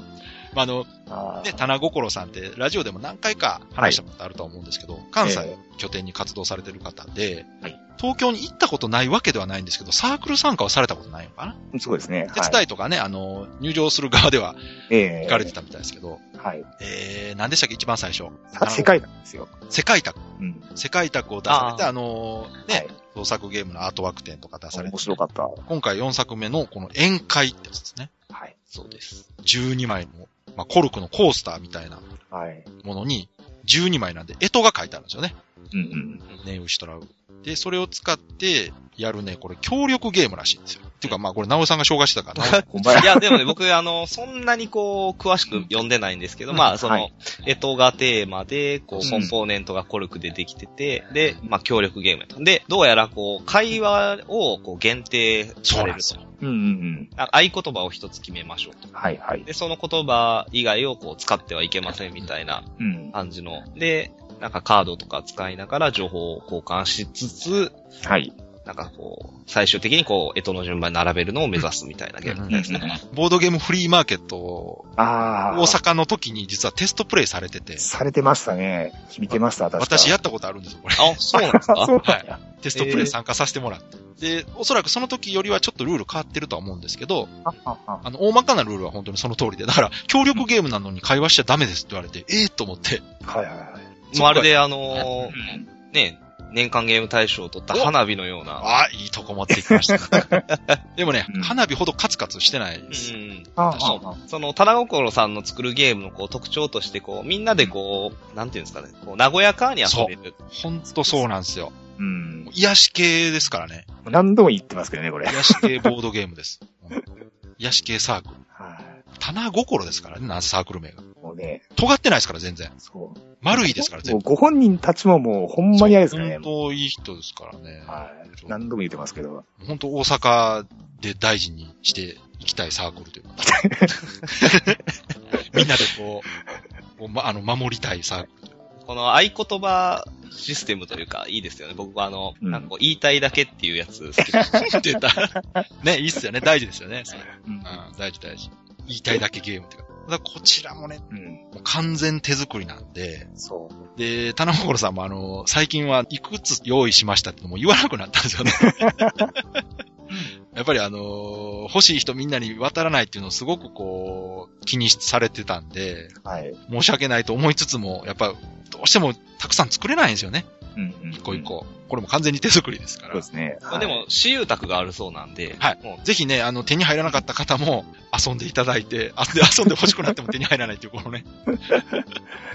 S2: まあ、あの、
S3: あ
S2: ね、棚心さんって、ラジオでも何回か話したことあるとは思うんですけど、関西を拠点に活動されてる方で、
S3: はい
S2: 東京に行ったことないわけではないんですけど、サークル参加はされたことないのかな、
S3: あ、そうですね。
S2: 手伝いとかね、あの、入場する側で
S3: は
S2: は
S3: い、ええ
S2: 行かれてたみたいですけど、
S3: はい。
S2: えー、何でしたっけ一番最初。あの
S3: 世界なんですよ。
S2: 世界卓。
S3: うん。
S2: 世界卓を出されて、
S4: あ
S2: あのーね、
S3: はい
S2: 創作ゲームのアートワーク展とか出されて
S3: 面、白かった。
S2: 今回4作目のこの宴会ってやつですね。
S3: はい。
S4: そうです。
S2: 12枚の、まあ、コルクのコースターみたいな
S3: はい。
S2: ものに、12枚なんで、干支が書いてあるんですよね。
S3: うんうん。
S2: ネウシトラウ。で、それを使ってやるね、これ協力ゲームらしいんですよ。っていうか、まあこれ、直江さんが紹介してたから、直江
S3: こんばんはい
S4: や、でもね、僕、あの、そんなにこう、詳しく読んでないんですけど、まあ、そ
S3: は
S4: の
S3: い、
S4: えとがテーマで、こ
S2: うん
S4: う、コンポーネントがコルクでできてて、で、まあ、協力ゲームやと。で、どうやら、こう、会話を、こう、限定
S2: そう
S4: さ
S2: な
S4: れ
S2: ん
S4: る
S2: です
S4: と
S2: よ。。
S3: うんうん
S4: あ合言葉を一つ決めましょうと
S3: うん。。はいはい。
S4: で、その言葉以外を、こう、使ってはいけませんみたいな
S3: うん。
S4: 感じの。で、なんかカードとか使いながら情報を交換しつつ、
S3: はい。
S4: なんかこう、最終的にこう、干支の順番に並べるのを目指すみたいなゲームみたいですね。
S2: ボードゲームフリーマーケットを
S3: ああ。
S2: 大阪の時に実はテストプレイされてて、
S3: されてましたね。見てました、確か
S2: 私やったことあるんですよ、これ。
S4: あ、そうなんです
S3: あ
S4: か
S3: そうなんや。
S2: テストプレイ参加させてもらって。で、おそらくその時よりはちょっとルール変わってるとは思うんですけど、
S3: あああ
S2: あの、大まかなルールは本当にその通りで、だから、協力ゲームなのに会話しちゃダメですって言われて、ええと思って、
S3: はいはいはい。
S4: もうあれであのーね、年間ゲーム大賞を取った花火のような。
S2: ああ、いいとこ持ってきました。でもね
S3: うん、
S2: 花火ほどカツカツしてないで
S4: う
S2: す。
S4: ん。
S3: ああ
S4: そう
S3: あ
S4: その、棚心さんの作るゲームのこう特徴として、こう、みんなでこう、なんていうんですかね、こう、和やかに遊べる。
S2: ほんとそうなんですよ。
S3: うん。も
S2: 癒し系ですからね。
S3: う何度も言ってますけどね、これ。
S2: 癒し系ボードゲームです。うん癒し系サークル。
S3: は
S2: 棚心ですからね、なぜサークル名が。
S3: い。もうね、
S2: 尖ってないですから、全然。
S3: そう。
S2: 丸いですから、全
S3: もう
S2: 然。
S3: ご本人たちももうほんまにあれですね
S2: 本。当いい人ですからね。
S3: はい。何度も言ってますけど。
S2: 本当大阪で大事にしていきたいサークルという か。みんなでこう、こうま、あの、守りたいサークル。
S4: この合言葉システムというか、いいですよね。僕はあの、
S3: うん
S4: なんかこう言いたいだけっていうやつ好きだって言った。
S2: ね、いいっすよね。大事ですよね。それ
S3: うん
S2: うん、大事大事。言いたいだけゲームっていうか。だからこちらもね、
S3: うん。
S2: もう完全手作りなんで、
S1: そ
S2: で、棚心さんもあの、最近はいくつ用意しましたってのも言わなくなったんです よね。やっぱりあの、欲しい人みんなに渡らないっていうのをすごくこう、気にされてたんで、
S1: う。はい。
S2: 申し訳ないと思いつつも、やっぱどうしてもたくさん作れないんですよね。
S3: うんうん。
S2: 一個一個。これも完全に手作りですか
S3: そうで
S2: ら。
S3: すね。
S4: まあでも、私有宅があるそうなんで、
S2: はい
S4: もう
S2: ぜひね、あの、手に入らなかった方も遊んでいただいて、あで遊んで欲しくなっても手に入らないっていう、このね。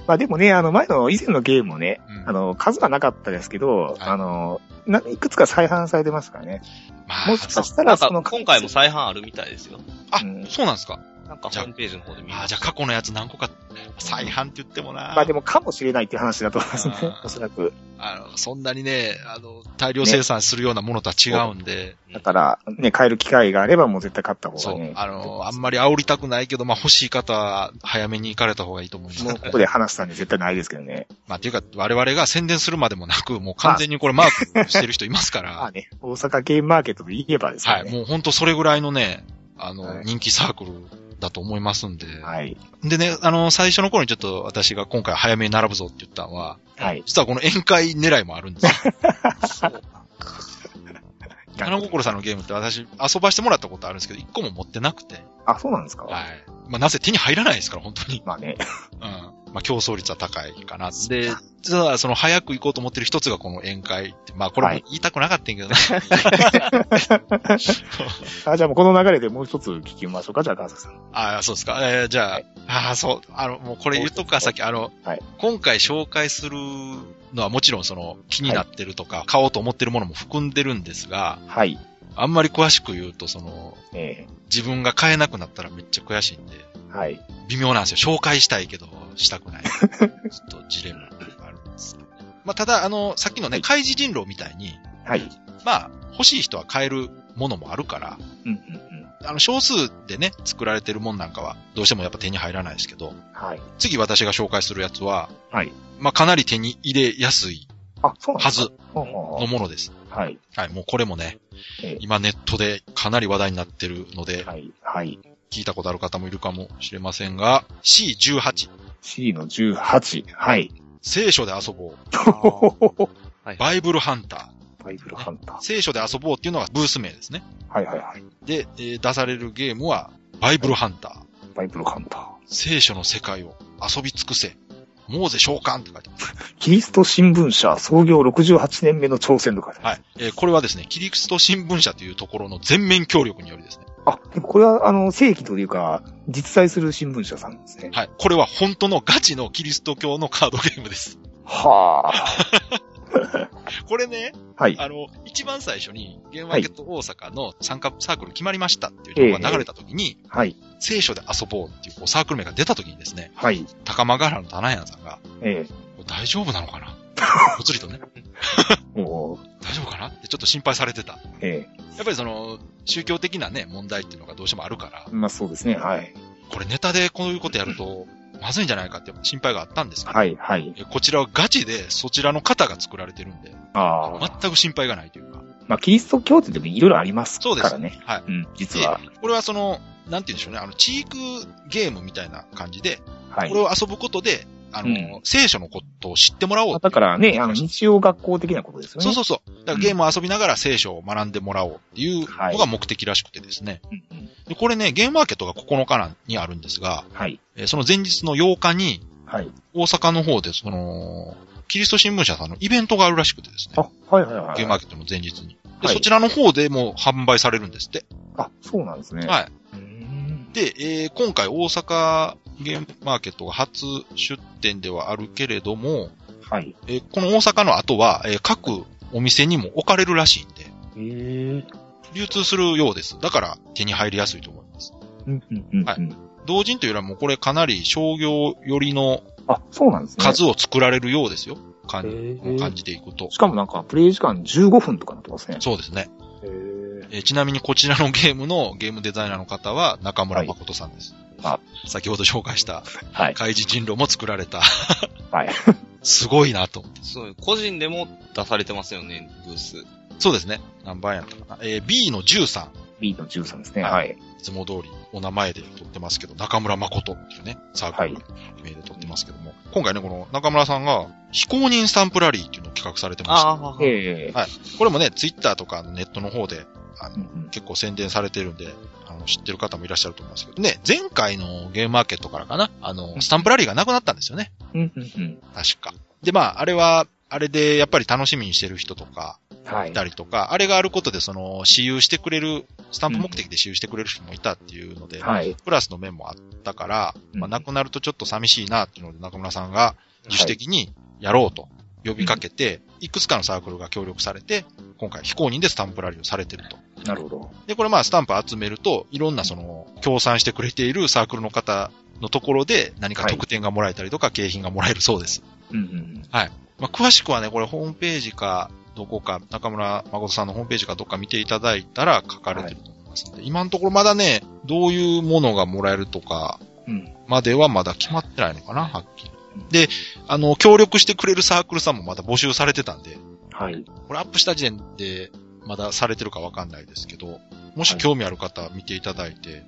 S3: まあでもね、あの、前の、以前のゲームもね、
S2: うん
S3: あの、数がなかったですけど、
S2: い
S3: あの、ないくつか再販されてますからね。
S2: まあ
S3: もしかした
S4: な
S3: ら、
S4: んか
S3: その、
S4: 今回も再販あるみたいですよ。
S2: あ、
S3: うん
S2: そうなんですか。
S4: なんかホームページの方で見
S2: あ
S4: ま
S2: あ、
S4: し
S2: じゃ
S4: た。
S2: あ過去のやつ何個か、再販って言ってもな。
S3: まあでも、かもしれないっていう話だと思いますね
S2: あ。ー
S3: おそらく。
S2: あの、そんなにね、あの、大量生産するようなものとは違うんで、
S3: だから、ね、買える機会があればもう絶対買った方
S2: そ
S3: が
S2: う
S3: ね。、
S2: あの、あんまり煽りたくないけど、まあ欲しい方は早めに行かれた方がいいと思いま
S3: もう
S2: す。
S3: ここで話したんで絶対ないですけど ね。
S2: まあっていうか、我々が宣伝するまでもなく、もう完全にこれマークしてる人います か
S3: まあ
S2: ら、
S3: ね、大阪ゲームマーケットで言えばですね。
S2: はい、もうほんとそれぐらいのね、あの、
S3: はい
S2: 人気サークルだと思いますんで、
S3: はい。
S2: でね、あの、最初の頃にちょっと私が今回早めに並ぶぞって言ったのは、
S3: はい。
S2: 実はこの宴会狙いもあるんですよ。
S3: な
S2: 花心さんのゲームって私遊ばしてもらったことあるんですけど、一個も持ってなくて。
S3: あ、そうなんですか
S2: はい。まあ、なぜ手に入らないですから、本当に。
S3: まあね。
S2: うん。まあ、競争率は高いかな。で、実はその早く行こうと思ってる一つがこの宴会って、まあ、これも
S3: はい
S2: 言いたくなかったんやけど ね。
S3: あ、じゃあもうこの流れでもう一つ聞きましょうか、じゃあ、川崎さん。
S2: ああ、そうですか。えーじゃあ、
S3: はい
S2: ああ、そう、あの、もうこれ言っとくか、さっき、あの、
S3: はい
S2: 今回紹介するのはもちろんその気になってるとか、買おうと思ってるものも含んでるんですが、
S3: はい。
S2: あんまり詳しく言うと、その、
S3: え
S2: 自分が買えなくなったらめっちゃ悔しいんで、
S3: ーはい。
S2: 微妙なんですよ。紹介したいけど、したくない。 ちょっとジレンマがあるんです。まあ、ただ、あの、さっきのね、開示人狼みたいに、
S3: はい。
S2: まあ、欲しい人は買えるものもあるから、
S3: うんうん
S2: あの、少数でね、作られてるもんなんかは、どうしてもやっぱ手に入らないですけど
S3: う、ん。はい。
S2: 次私が紹介するやつは、
S3: はい。
S2: まあ、かなり手に入れやすい
S3: あ、そうなん
S2: は
S3: ですか
S2: ず
S3: ほうほうほ
S2: のものです。
S3: うはい。
S2: はい、もうこれもね
S3: ええ、
S2: 今ネットでかなり話題になってるので、
S3: はい。はい。
S2: 聞いたことある方もいるかもしれませんが、C18、
S3: C の18。はい。
S2: 聖書で遊ぼう、
S3: ほほほほ
S2: バイブルハンター、
S3: バイブルハンター。
S2: 聖書で遊ぼうっていうのがブース名ですね。
S3: はいはいはい。
S2: で、えー出されるゲームは、バイブルハンター。
S3: バイブルハンター。
S2: 聖書の世界を遊び尽くせ。モーゼ召喚って書いてます。
S3: キリスト新聞社創業68年目の挑戦とかね。
S2: はい。えーこれはですね、キリクスト新聞社というところの全面協力によりですね。
S3: あ、でもこれは、あの、正規というか、実在する新聞社さんですね。
S2: はい。これは本当のガチのキリスト教のカードゲームです。
S3: はあ。
S2: これね、
S3: はい。
S2: あの、一番最初にゲームマーケット大阪の参加サークル決まりましたっていう情報が流れた時に、
S3: はい。
S2: 聖書で遊ぼうっていうこうサークル名が出た時にですね、
S3: はい。
S2: 高間ヶ原の棚屋さんが、
S3: え
S2: これ大丈夫なのか なぽつりとね、
S3: え。もう、
S2: 大丈夫かなってちょっと心配されてた。
S3: え
S2: やっぱりその、宗教的なね、問題っていうのがどうしてもあるから
S3: え。、まあそうですね。はい。
S2: これネタでこういうことやると、まずいんじゃないかって心配があったんですけど、
S3: はい。はい。
S2: えこちらはガチでそちらの方が作られてるんで、
S3: ああ。
S2: 全く心配がないというか。
S3: まあ、キリスト教ってでもいろいろあります
S2: そうで
S3: か
S2: す
S3: らね。
S2: はい。
S3: うん、実は。
S2: これはその、なんて言うんでしょうね、あの、チークゲームみたいな感じで、
S3: は
S2: これ
S3: い。
S2: を遊ぶことで、あの、
S3: うん
S2: 聖書のことを知ってもらおう
S3: だからね、あの、日曜学校的なことですよね。
S2: そうそううそう。だからゲームを遊びながら聖書を学んでもらおうっていうのが目的らしくてですね。
S3: うんうん。
S2: でこれね、ゲームマーケットが9日にあるんですが、
S3: はい。
S2: えーその前日の8日に、
S3: はい。
S2: 大阪の方で、その、キリスト新聞社さんのイベントがあるらしくてです
S3: あ
S2: ね。、
S3: はいはいはい。
S2: ゲームマーケットの前日に。で、
S3: はい
S2: そちらの方でもう販売されるんですって。
S3: あ、そうなんですね。
S2: はいう
S3: ーん。
S2: で、えー今回大阪ゲームマーケットが初出店ではあるけれども、
S3: はい。
S2: えーこの大阪の後は、えー各お店にも置かれるらしいんで、
S3: ええ。うん
S2: 流通するようです。だから手に入りやすいと思います。
S3: うんうん
S2: は
S3: うん。
S2: 同人というよりはもうこれかなり商業寄りの
S3: あ、そうなんですね。
S2: 数を作られるようですよ。感
S3: へー
S2: 感じていくと
S3: し。かもなんか、プレイ時間15分とかなってますね。
S2: そうですね、
S3: へー
S2: えーちなみにこちらのゲームの ゲームデザイナーの方は中村誠さんです。
S3: はい
S2: 先ほど紹介した
S3: はい。
S2: 開示人狼も作られた、
S3: はい。
S2: すごいなと思って。
S4: そう、個人でも出されてますよね、ブース。
S2: そうですね。何番やったかな。えー B の13。
S3: B の13ですね。
S2: はい
S3: はい。
S2: いつも通りお名前で撮ってますけど、中村誠っていうね、サークルの名で撮ってますけども、今回ね、この中村さんが非公認スタンプラリーっていうのを企画されてまし
S4: あー、
S3: ええ
S2: た。これもね、ツイッターとかネットの方で、あ
S3: うん
S2: の、
S3: うん
S2: 結構宣伝されてるんで、あの、知ってる方もいらっしゃると思いますけど、ね、前回のゲームマーケットからかな、あの、スタンプラリーがなくなったんですよね。
S3: うんうん
S2: 確か。で、まあ、あれは、あれでやっぱり楽しみにしてる人とか、
S3: うん。はいい。
S2: たりとか、あれがあることで、その、私有してくれる、スタンプ目的で私有してくれる人もいたっていうので、
S3: はい。
S2: プラスの面もあったから、まあ、
S3: うん
S2: なくなるとちょっと寂しいなっていうので、中村さんが自主的にやろうと呼びかけて、いくつかのサークルが協力されて、今回非公認でスタンプラリーをされてると。
S3: なるほど。
S2: で、これまあスタンプ集めると、いろんなその、協賛してくれているサークルの方のところで何か特典がもらえたりとか、景品がもらえるそうです。
S3: うんうん。
S2: まあ、詳しくはね、これホームページか、どこか、中村誠さんのホームページかどっか見ていただいたら書かれてると思いますので、今のところまだね、どういうものがもらえるとか、
S3: うん。
S2: まではまだ決まってないのかな、はっきり。で、あの、協力してくれるサークルさんもまだ募集されてたんで、
S3: はい。
S2: これアップした時点でまだされてるかわかんないですけど、もし興味ある方は見ていただいて、
S3: うんうん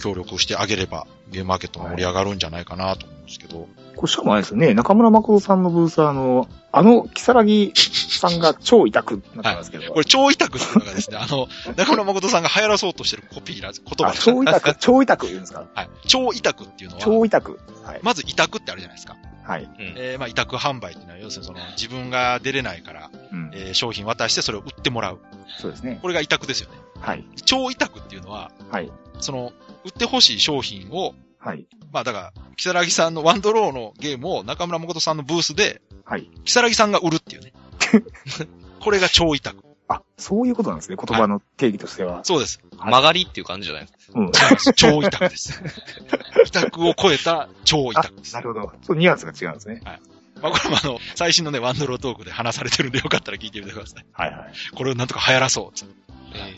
S2: 協力してあげれば、ゲームマーケットが盛り上がるんじゃないかなと思うんですけど、
S3: これしかもあれですよね、中村誠さんのブースは、あの、あの、木更木さんが超痛くなってますけど。
S2: これ超委託っていうのがですね、あの、中村誠さんが流行らそうとしてるコピーら、言葉
S3: あ
S2: で
S3: 超痛く、超痛く言うん ですか
S2: はい。超委託っていうのは、
S3: 超痛く。はい。
S2: まず委託ってあるじゃないですか。
S3: はい。
S4: うん。
S2: えーまあ委託販売っていうのは、要するにその自分が出れないから、
S3: うん。
S2: えー商品渡してそれを売ってもらう。
S3: そうですね。
S2: これが委託ですよね。
S3: はい。
S2: 超委託っていうのは、
S3: はい。
S2: その、売ってほしい商品を、
S3: はい。
S2: まあだから、木更木さんのワンドローのゲームを中村誠さんのブースで、
S3: はい。
S2: 木更木さんが売るっていうね。これが超委託。
S3: あ、そういうことなんですね。言葉の定義としては。
S2: そうです。
S4: 曲がりっていう感じじゃないですか。
S3: うん。
S2: 超委託です。委託を超えた超委託です。
S3: なるほど。そう、ニュアンスが違うんですね。
S2: まあこれもあの、最新のね、ワンドロートークで話されてるんでよかったら聞いてみてください。
S3: はいはい。
S2: これをなんとか流行らそうっつって。
S4: え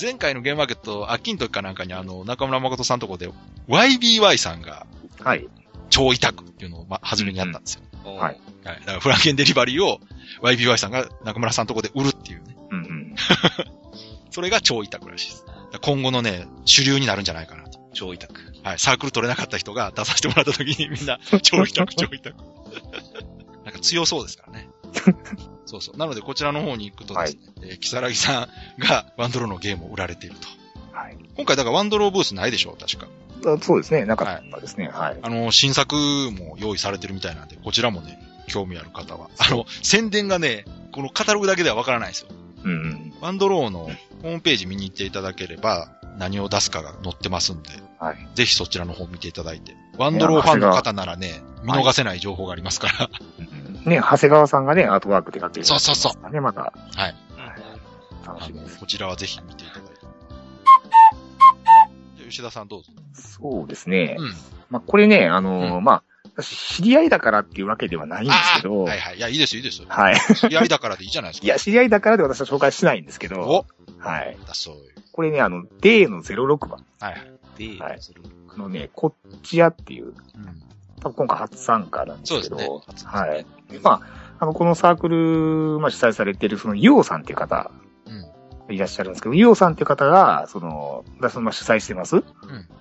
S2: 前回のゲームマーケット、秋の時かなんかにあの、中村誠さんとこで、YBY さんが
S3: はい。
S2: 超委託っていうのを、ま、初めにやったんですよ。
S4: ーおー
S3: はい
S2: はい。だからフランケンデリバリーを YBY さんが中村さんとこで売るっていうね。
S3: うんうん。
S2: それが超委託らしいです。だから今後のね、主流になるんじゃないかなと。
S4: 超委託。
S2: はい。サークル取れなかった人が出させてもらった時にみんな、超委託、超委託。 なんか強そうですからね。そうそう。なのでこちらの方に行くとですね、えー、木更木さんがワンドローのゲームを売られていると。
S3: はい。
S2: 今回だからワンドローブースないでしょう、確か。
S3: あそうですね。なかったですね。はい。
S2: あの、新作も用意されてるみたいなんで、こちらもね、興味ある方は。あの、宣伝がね、このカタログだけではわからないんですよ。
S3: うんうん。
S2: ワンドローのホームページ見に行っていただければ、何を出すかが載ってますんで、
S3: はい。
S2: ぜひそちらの方見ていただいて。ワンドローファンの方ならね、見
S3: が
S2: 逃せない情報がありますから。
S3: うんうんね、長谷川さんがね、アートワークで書ける。。
S2: そうそうそう
S3: ね、また、
S2: はい。
S3: 楽
S2: あ
S3: しみ
S2: の
S3: で、す。
S2: こちらはぜひ見ていただいて。じゃあ吉田さんどうぞ。
S3: そうですね。
S2: うん。
S3: まあ、これね、あのー
S2: う
S3: まあ、私、知り合いだからっていうわけではないんですけ
S2: あ
S3: ど、
S2: はいはい。いや、いいですよ、いいですよ。
S3: はい。
S2: 知り合いだからでいいじゃないですか。
S3: いや、知り合いだからで私は紹介しないんですけ
S2: お
S3: ど、はい。
S2: だそうよ。
S3: これね、あの、デーの06番
S2: はいはい。
S4: で、
S3: はい
S4: それ
S3: のね、こっちやっていう、
S2: うん。
S3: 多分今回初参加なんで
S2: そう
S3: す
S2: で
S3: け
S2: す
S3: ど、
S2: ね。
S3: はい。まあ、あの、このサークル、まあ、主催されてる、その、ユオさんっていう方、
S2: うん。
S3: いらっしゃるんですけど、ユオさんっていう方が、その、私のまあ主催してます、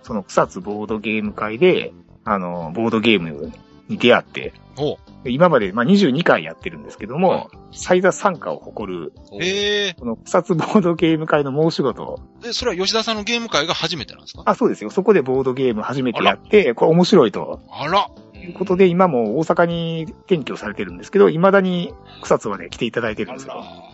S3: その草津ボードゲーム会で、あの、ボードゲームに出会って、
S2: おう
S3: で今まで、まあ、22回やってるんですけども、
S2: はい
S3: 最多参加を誇る、
S4: おー
S2: ええ
S3: この草津ボードゲーム会の申し事、
S2: で、それは吉田さんのゲーム会が初めてなんですか
S3: あ、そうですよ。そこでボードゲーム初めてやって、これ面白いと
S2: あら
S4: うん
S3: いうことで、今も大阪に転居されてるんですけど、未だに草津まで来ていただいてるんですよ。
S2: あ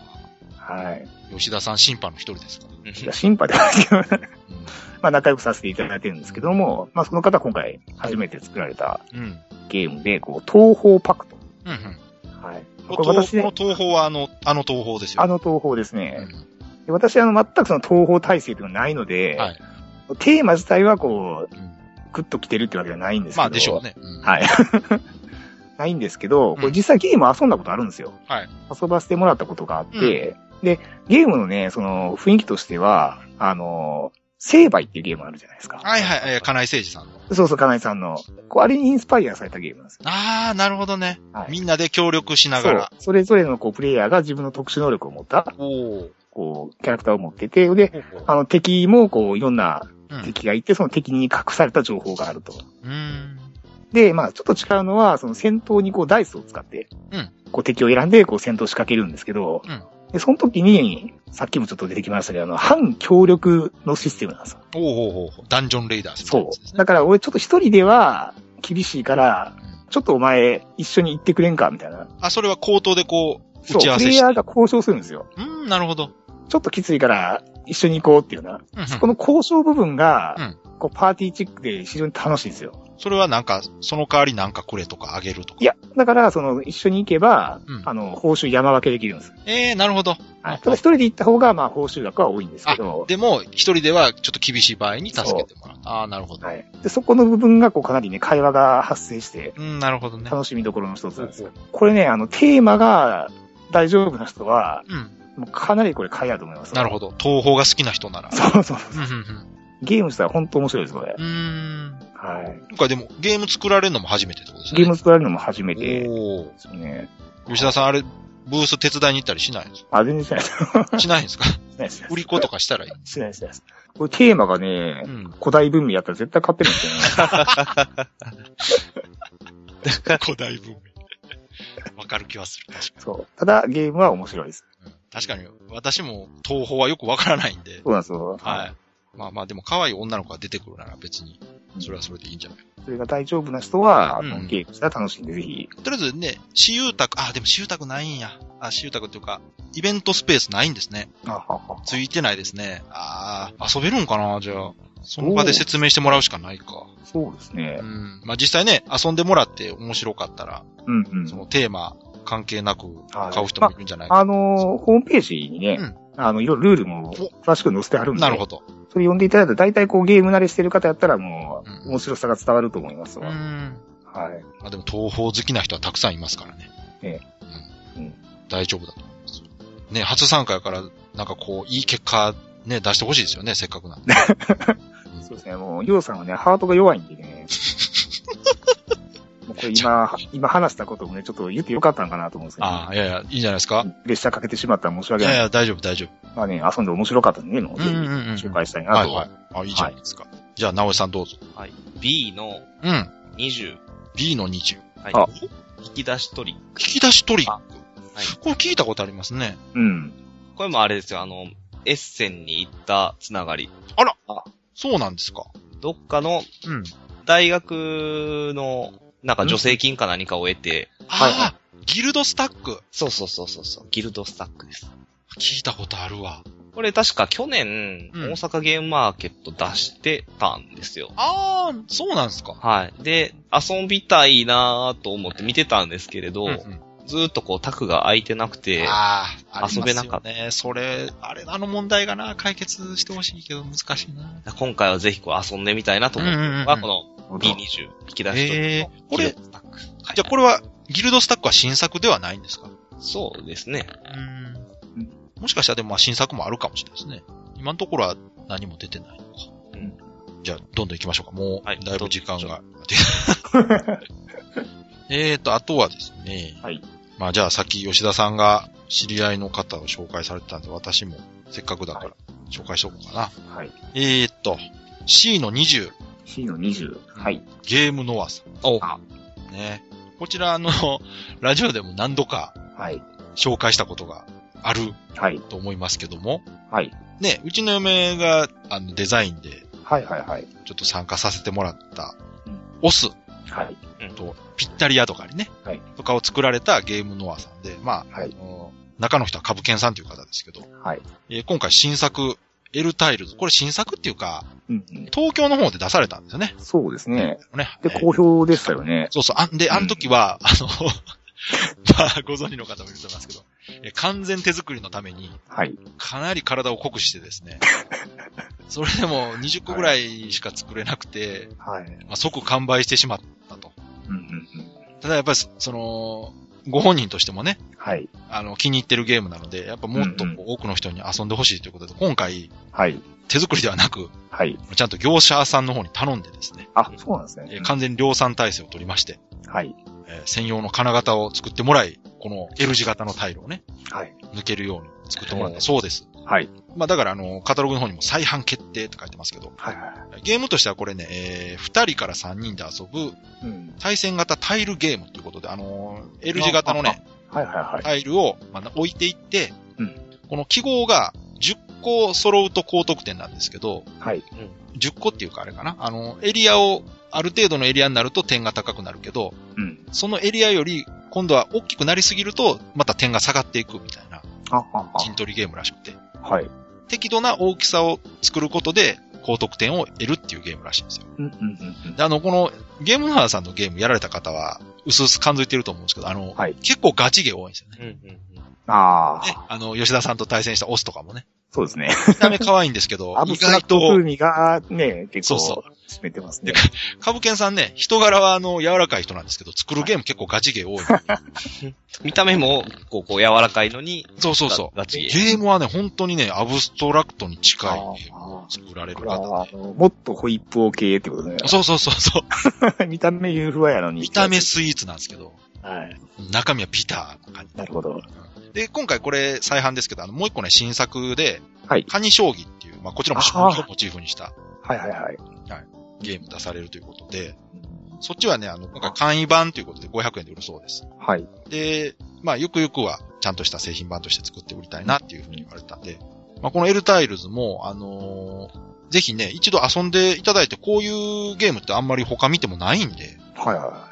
S3: はい。
S2: ら吉田さん審判の一人ですか、
S4: うん
S3: いや審判ではないけど、
S2: う
S3: まあ仲良くさせていただいてるんですけども、まあその方今回初めて作られた
S2: ん、うん。
S3: ゲームで、こう、東方パクト。
S2: うんうん。
S3: はい。
S2: こ
S3: こ
S2: の
S3: れ私
S2: 東こ
S3: ね
S2: の東宝はあの、あの東宝ですよ。
S3: あの東方です
S2: う
S3: ね。
S2: ん、
S3: で私あの全くその東方体制というのはないので、
S2: はい
S3: テーマ自体はこう
S2: うん、
S3: グッと来てるってわけじゃないんですけど。
S2: まあでしょうね。うん
S3: はい。ないんですけど、これ実際ゲーム遊んだことあるんですよ。
S2: はい
S3: 遊ばせてもらったことがあって、で、ゲームのね、その雰囲気としては、あの、成敗っていうゲームあるじゃないですか。
S2: はいはい、えー金井誠二さんの。
S3: そうそう、金井さんの。こうあれにインスパイアされたゲームなんですよ。
S2: あー、なるほどね。
S3: はい
S2: みんなで協力しな
S3: そ
S2: が
S3: う
S2: ら。。
S3: それぞれのこう、プレイヤーが自分の特殊能力を持った、
S2: おー。
S3: こう、キャラクターを持ってて、で、
S2: ほうほう
S3: あの、敵もこう、いろんな
S2: うん
S3: 敵がいて、その敵に隠された情報があると。
S2: うーん。
S3: で、まあ、ちょっと違うのは、その戦闘にこう、ダイスを使って、
S2: うん
S3: こう、敵を選んで、こう、戦闘を仕掛けるんですけど、で、その時に、さっきもちょっと出てきましたけど、あの、反協力のシステムなんですよ。
S2: おーほうほうほう。ダンジョンレイダーズみたいな
S3: そ
S2: やつです
S3: う。
S2: ね。
S3: だから、俺ちょっと一人では、厳しいから
S2: うん、
S3: ちょっとお前、一緒に行ってくれんか、みたいな。
S2: あ、それは口頭でこう、
S3: そ
S2: 打
S3: う、
S2: ち合わ
S3: プ
S2: せ
S3: レイ
S2: して。
S3: ヤーが交渉するんですよ。
S2: うーん、なるほど。
S3: ちょっときついから、一緒に行こうっていうような。
S2: うんうん
S3: この交渉部分が、
S2: うん
S3: こう、パーティーチックで非常に楽しいんですよ。
S2: それはなんか、その代わりなんかくれとかあげるとか。
S3: いや、だから、その、一緒に行けば、
S2: うん
S3: あの、報酬山分けできるんです。
S2: えー、なるほど。
S3: は
S2: うん
S3: い。ただ一人で行った方が、まあ、報酬額は多いんですけど、
S2: でも、一人ではちょっと厳しい場合に助けてもらう。あー、なるほど。
S3: はい。で、そこの部分が、こう、かなりね、会話が発生して、
S2: うん、なるほどね。
S3: 楽しみどころの一つなんですよ
S2: ほ。
S3: これね、あの、テーマが大丈夫な人は、
S2: うん。
S3: もうかなりこれ買いだと思います。
S2: なるほど。東宝が好きな人なら。
S3: そうそうそう。
S2: うんうん
S3: ゲームしたら本当面白いです、これ。
S2: うん。うーん。
S3: はい。
S2: なんかでも、ゲーム作られるのも初めてってことですね。
S3: ゲーム作られるのも初めてで
S2: おー。
S3: すよね。
S2: 吉田さん、あれ、ブース手伝いに行ったりしないんです
S3: あ、全然しないです。
S2: かしないんですか
S3: しないです。
S2: 売り子とかしたらいい。
S3: しないです。しないです。これテーマがね、
S2: うん。
S3: 古代文明やったら絶対買ってるんですよね。
S2: 古代文明。わかる気はする。確か
S3: そう。ただ、ゲームは面白いです。
S2: に。うん確かに、私も東宝はよくわからないんで。
S3: そうなんですよ。
S2: はい。まあまあ、でも可愛い女の子が出てくるなら別に、
S3: い
S2: それはそれでいいんじゃない
S3: それが大丈夫な人は、あ
S2: う
S3: の
S2: ん
S3: ゲームしたら楽しいんで、ぜひ。
S2: とりあえずね、私有宅、あ、でも私有宅ないんや。あ、私有宅っていうか、イベントスペースないんですね。
S3: あはは
S2: ついてないですね。ああ、遊べるんかなじゃあ。その場で説明してもらうしかないか。
S3: そうですね
S2: う。ん。まあ実際ね、遊んでもらって面白かったら、
S3: うんうん
S2: そ。のテーマ関係なく
S3: はい
S2: 買う人もいるんじゃないか。
S3: あの、ホームページにね、
S2: うん
S3: あの、いろいろルールも詳しく載せてあるんで、
S2: なるほど。
S3: それ読んでいただいたら、大体こうゲーム慣れしてる方やったらも
S2: うん
S3: う、面白さが伝わると思います
S2: う
S3: わ。
S2: ん。
S3: はい。
S2: まあでも東宝好きな人はたくさんいますからね。
S3: え
S2: う。
S3: うんん
S2: 大丈夫だと思います。ね、初参加やから、なんかこう、いい結果、ね、出してほしいですよね、せっかくなん で。うん
S3: そうですね、もう、ヨウさんはね、ハートが弱いんで ね。もうこれ今、今話したこともね、ちょっと言ってよかったんかなと思うんですけど、
S2: ああ、いやいや、いいんじゃないですか。
S3: プレッシャーかけてしまったら申し
S2: い
S3: 訳
S2: や
S3: ないい。
S2: や、大丈夫、大丈夫。
S3: まあね、遊んで面白かったんでね、もうぜひ
S2: うんうんうん
S3: 紹介したいな
S2: はい
S3: と。
S2: はい。あ、いいじゃないですか。じゃあ、直江さんどうぞ。
S4: はい。B の
S2: うん。
S4: 20。
S2: B の20。
S4: はい
S3: あ。
S4: 引き出し取り。
S2: 引き出しトリック。
S4: あはい
S2: これ聞いたことありますね。
S3: うん。
S4: これもあれですよ、あの、エッセンに行ったつながり。
S2: そうなんですか。
S4: どっかの
S2: うん。
S4: 大学の、なんか助成金か何かを得て、
S2: ああ、
S3: はいは
S2: ギルドスタック。
S4: そうそうそうそうそう、ギルドスタックです。
S2: 聞いたことあるわ。
S4: これ確か去年、
S2: うん
S4: 大阪ゲームマーケット出してたんですよ。
S2: ああ、そうなんですか。
S4: はい。で、遊びたいなぁと思って見てたんですけれど、
S2: うんうん
S4: ずーっとこう、タクが空いてなくて、
S2: ああ、。
S4: 遊べなかった
S2: ね、それ、あれ、あの問題がな、解決してほしいけど難しいな。
S4: 今回はぜひこう遊んでみたいなと思ってるのが、
S2: うんうん
S4: この B20 引き出しと
S2: へえこ
S4: こ
S2: れ
S4: れ、スタック
S2: じゃあこれは、ギルドスタックは新作ではないんですか
S4: そうですね。
S2: うん。もしかしたらでもまあ新作もあるかもしれないですね。今のところは何も出てないのか。
S4: うん
S2: じゃあ、どんどん行きましょうか。も、
S4: はいう
S2: だいぶ時間
S4: ど
S2: が。 えーと、あとはですね。
S3: はい。
S2: まあじゃあさっき吉田さんが知り合いの方を紹介されてたんで、私もせっかくだから紹介しとこうかな。
S3: はい。
S2: えーと、C の20、
S3: C の20。はい。
S2: ゲームノアさ
S4: お
S3: あ
S2: ん。ね。こちらあの、ラジオでも何度か
S3: はい。
S2: 紹介したことがある
S3: はい。
S2: と思いますけども、
S3: はい。
S2: ね、うちの嫁があのデザインで
S3: はい。はい。はい。
S2: ちょっと参加させてもらった
S3: うん、
S2: オス
S3: はい。
S2: とぴったり屋とかにね、
S3: はい
S2: とかを作られたゲームノアさんで、まあ、
S3: はい
S2: あの中の人は株券さんという方ですけど、
S3: はい。
S2: えー今回新作、エルタイルズ、これ新作っていうか、
S3: うんうん。
S2: 東京の方で出されたんですよね。
S3: そうですね。
S2: ね
S3: で、好評でしたよね。
S2: そうそう。あんで、
S3: ん
S2: あの時は、あの、 まあ、ご存知の方もいると思いますけど、え完全手作りのために、
S3: はい。
S2: かなり体を濃くしてですね、 それでも20個ぐらいしか作れなくて、
S3: はい。
S2: まあ、即完売してしまったと。
S3: うんうんうん。
S2: ただやっぱりそ、その、ご本人としてもね、
S3: はい。
S2: あの、気に入ってるゲームなので、やっぱもっと
S3: うんうん
S2: 多くの人に遊んでほしいということで、今回、
S3: はい。
S2: 手作りではなく、
S3: はい。
S2: ちゃんと業者さんの方に頼んでですね、
S3: あ、そうなんです
S2: え
S3: ね
S2: ー。完全に量産体制を取りまして、
S3: はい。
S2: えー専用の金型を作ってもらい、この L 字型のタイルをね、
S3: はい。
S2: 抜けるように作ってもらったそうです。
S3: はい。
S2: まあだからあの、カタログの方にも再販決定って書いてますけど、
S3: はい。は
S2: ゲームとしてはこれね、え2人から3人で遊ぶ
S3: い。うん。
S2: 対戦型タイルゲームということで、あのー L 字型のね、
S3: はいはいはい。
S2: タイルを、まあ、置いていって、
S3: うん
S2: この記号が10個揃うと高得点なんですけど、
S3: はい。
S2: 10個っていうかあれかな、あの、エリアを、ある程度のエリアになると点が高くなるけど、
S3: うん。
S2: そのエリアより今度は大きくなりすぎると、また点が下がっていくみたいな、
S3: あ、あ、
S2: 陣取りゲームらしくて、
S3: あ、はい。
S2: 適度な大きさを作ることで、高得点を得るっていうゲームらしいんですよ。
S3: うん、うん、うん。
S2: であの、この、ゲームハーさんのゲームやられた方は、うすうす感づいてると思うんですけど、あの、
S3: はい
S2: 結構ガチゲー多いんですよね。
S4: うんうん
S3: あ
S2: ね
S3: あ、
S2: あの、吉田さんと対戦したオスとかもね。
S3: そうですね。
S2: 見た目可愛いんですけど
S3: ア、ブ
S2: 意
S3: ストラ
S2: 外
S3: クト風
S2: と、
S3: 味がね、結構、
S2: そう
S3: 進めてますね
S2: で。カブケンさんね、人柄はあの、柔らかい人なんですけど、作るゲーム結構ガチゲー多い。
S4: 見た目も、こう、こう柔らかいのに、
S2: そうそうそう。
S4: ガガチゲー。
S2: ゲームはね、本当にね、アブストラクトに近い
S3: あー
S2: ゲームを作られる
S3: これは
S2: 方
S3: あ
S2: で。
S3: のもっとホイップオー系ってことね。
S2: そうそうそうそ う。
S3: 見た目ユーフワやのに。
S2: 見た目スイーツなんですけど、
S3: はい。
S2: 中身はビターな感じ。
S3: なるほど。
S2: で、今回これ再販ですけど、あの、もう一個ね、新作で、
S3: はい
S2: カニ将棋っていう、まあ、こちらも将棋をモチーフにした
S3: はいはいはい。
S2: ゲーム出されるということで、そっちはね、あの、今回簡易版ということで500円で売るそうです。
S3: はい。
S2: で、まあ、ゆくゆくは、ちゃんとした製品版として作って売りたいなっていうふうに言われたんで、まあ、この L タイルズも、あのーぜひね、一度遊んでいただいて、こういうゲームってあんまり他見てもないんで、
S3: はいは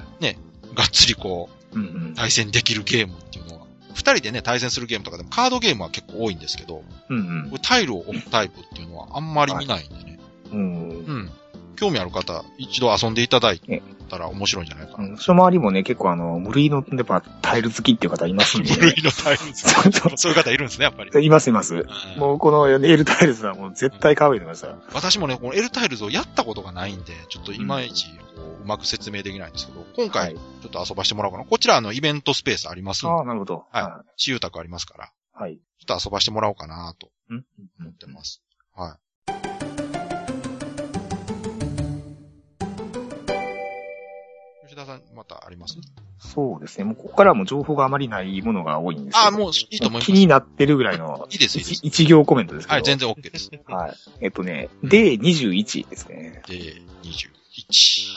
S2: がっつりこう、
S3: い。うんうん。
S2: 対戦できるゲームっていうのは、二人でね、対戦するゲームとかでもカードゲームは結構多いんですけど、
S3: うん
S2: これタイルを置くタイプっていうのはあんまり見ないんでね。
S3: うん。うん。
S2: うん。興味ある方、一度遊んでいただいたら面白いんじゃないか
S3: う
S2: な。
S3: ん、その周りもね、結構あの、無類の、やっぱ、タイル好きっていう方いますんで、
S2: 無類のタイルズ。
S3: そうそ
S2: そういう 方いるんですね、やっぱり。
S3: う。いますいます。
S2: うん
S3: もうこのエルタイルズはもう絶対可愛いと思いました。
S2: 私もね、この L タイルズをやったことがないんで、ちょっといまいちこううまく説明できないんですけど、今
S3: は
S2: 回
S3: い
S2: ち。ょっと遊ばしてもらおうかな。こちらあのイベントスペースありますんで
S3: ああ、なるほど。
S2: は私有宅ありますから、
S3: い。はい。
S2: ちょっと遊ばしてもらおうかなと
S3: うん。
S2: 思ってます。はい。吉田さん、またあります
S3: そうですね。もうここからはもう情報があまりないものが多いんですけど。
S2: ああ、もういいと思います。
S3: 気になってるぐらいの
S2: いいです、いいで
S3: 一
S2: す。
S3: 一行コメントですけど。
S2: はい、全然 OK です。で、
S3: はい。えっとね、で21ですね。
S2: 21。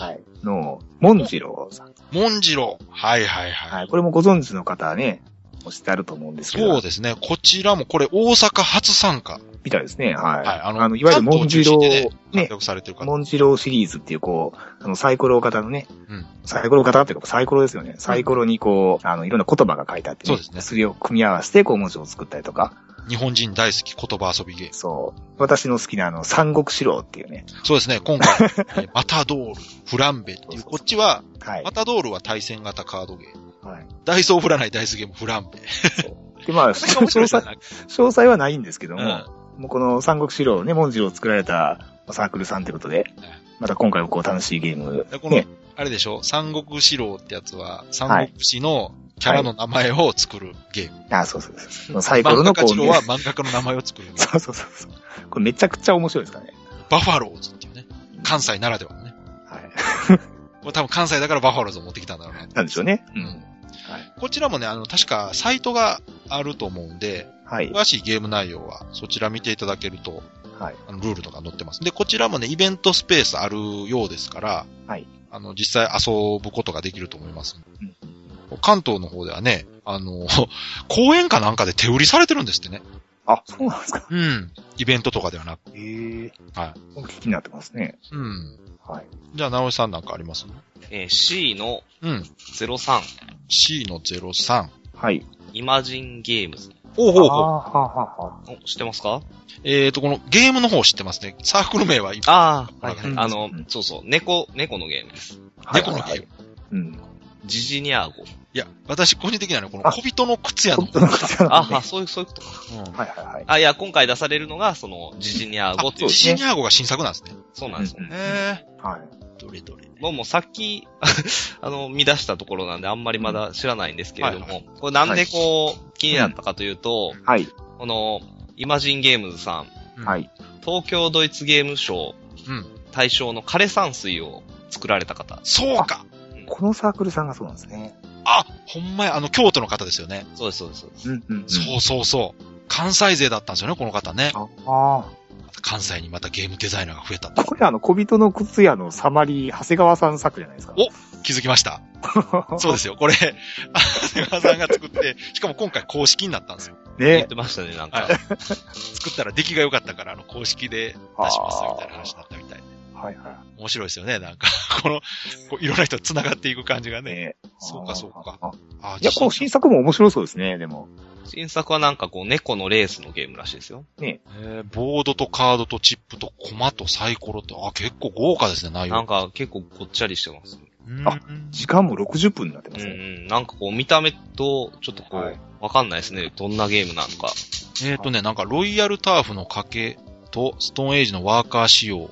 S3: はい。の、モンジローさん。
S2: モンジロー。はいはいはい。
S3: はい。これもご存知の方はね、お知ってあると思うんですけど。
S2: そうですね。こちらも、これ大阪初参加。
S3: みたいですね。はい。
S2: はいあ
S3: あ
S2: の
S3: の、いわゆるモンジロ
S2: 関東中
S3: ー、
S2: 活
S3: ね、
S2: 躍されてる方。
S3: モンジローシリーズっていうこう、あの、サイコロ型のね、
S2: うん
S3: サイコロ型っていうかサイコロですよね。サイコロにこう、あの、いろんな言葉が書いてあって、
S2: そうですね
S3: それを組み合わせて、こう、文字を作ったりとか、
S2: 日本人大好き言葉遊びゲー
S3: そう。私の好きなあの、三国志郎っていうね。
S2: ム。そうですね。今 回、えーマタドール、フランベっていう、こっちは、
S3: はい
S2: マ。タドールは対戦型カードゲーム。
S3: はい。
S2: ダイソー振らないダイスゲーム、フランベ。
S3: で、まあ、詳
S2: 面白いじゃ
S3: 細、
S2: ない
S3: 詳細はないんですけども、
S2: うん
S3: もうこの三国志郎ね、文字を作られたサークルさんってことで、また今回もこう楽しいゲーム
S2: で、この
S3: ね、、
S2: あれでしょ三国志郎ってやつは、三国志のキャラの名前を作るゲーム。
S3: あ、そうそうそうそう。サイコロ
S2: 漫画
S3: の
S2: 家
S3: こ
S2: 志
S3: う、
S2: 郎
S3: ね
S2: は、漫画家の名前を作るゲー ム。
S3: そうそうそうそう。これめちゃくちゃ面白いですからね。
S2: バファローズっていうね。関西ならではのね。
S3: はい。
S2: これ多分関西だからバファローズを持ってきたんだろうな。
S3: なんでしょうね。う
S2: うん
S3: ん。
S2: こちらもね、あの、確かサイトがあると思うんで、
S3: はい。
S2: 詳しいゲーム内容はそちら見ていただけると、
S3: はい。
S2: あのルールとか載ってます。で、こちらもね、イベントスペースあるようですから、
S3: はい。
S2: あの、実際遊ぶことができると思います。
S3: うん
S2: 関東の方ではね、あの、 公園かなんかで手売りされてるんですってね。
S3: あ、そうなんですか。
S2: うん。イベントとかではなく。
S3: ええ。
S2: はい。
S3: 気になってますね。
S2: うん。
S3: はい。
S2: じゃあ、直しさんなんかあります
S4: えー C の
S2: うん。
S4: 03、
S2: C の03。
S3: はい。
S4: イマジンゲームズ。
S2: おう
S3: あ
S2: ほ
S3: ー
S2: うほう。
S3: はあはあは
S4: お、知ってますか
S2: えーと、このゲームの方知ってますね。サークル名は今、
S4: ああ、はい
S2: は
S4: はいい。あの、そうそう、猫、猫のゲームです。
S3: あ。
S2: 猫のゲーム。
S3: はいはいはいうん。
S4: ジジニアーゴ。
S2: いや、私個人的にはね、この
S3: あ
S2: 小人の靴屋の
S3: 本当の 方な
S4: あ
S3: ので。
S4: あ、そういう、そういうことか。
S3: はいはいはい。
S4: あ、いや、今回出されるのが、その、ジジニアーゴっていう。
S2: シニアーゴが新作なんですね。
S4: そうなんですよ
S3: うん
S4: ね。
S2: へえ。
S3: はい。
S2: どれどれ。
S4: もうもうさっき、 あの、見出したところなんで、あんまりまだ知らないんですけれども、
S2: はいは
S4: これなんでこう、気になったかというと、
S3: はい。
S4: この、イマジンゲームズさん、
S3: はい。
S4: 東京ドイツゲーム賞
S2: うん。
S4: 大賞の枯山水を作られた方。
S2: そうか
S3: このサークルさんがそうなんですね。
S2: あほんまや、あの、京都の方ですよね。
S4: そうです、そうです。そうです
S3: うんうん、うん。
S2: そうそうそう。関西勢だったんですよね、この方ね。
S3: ああ
S2: 関西にまたゲームデザイナーが増えた
S3: ー。これあの、小人の靴屋のサマリー、長谷川さんの作じゃないですか。
S2: 気づきました。そうですよ。これ、 あ長谷川さんが作って、しかも今回公式になったんですよ。
S4: 言 っ
S3: ね。
S4: てましたね、なんか。
S2: はい作ったら出来が良かったから、あの、公式で出しますみたいな話になったみたいで。
S3: はいは
S2: 面白いですよね、なんか。 この、こういろんな人と繋がっていく感じが
S3: い。
S2: ね。
S3: ね
S2: そうかそうか。
S3: あ
S2: あ
S3: いや、こう新作も面白そうですね、でも。
S4: 新作はなんかこう、猫のレースのゲームらしいですよ。
S2: えーボードとカードとチップとコマとサイコロと、あ、結構豪華ですね、内
S4: なん
S2: 容。
S4: か結構ごっちゃりしてます。
S2: うん
S3: あ時間も60分になってま
S4: うん
S3: す
S4: う
S3: ね。
S4: ん。なんかこう、見た目と、ちょっとこう、
S3: はい
S4: わかんないですね。どんなゲームなのか。
S2: えっ、とね、なんかロイヤルターフの賭けとストーンエイジのワーカー仕様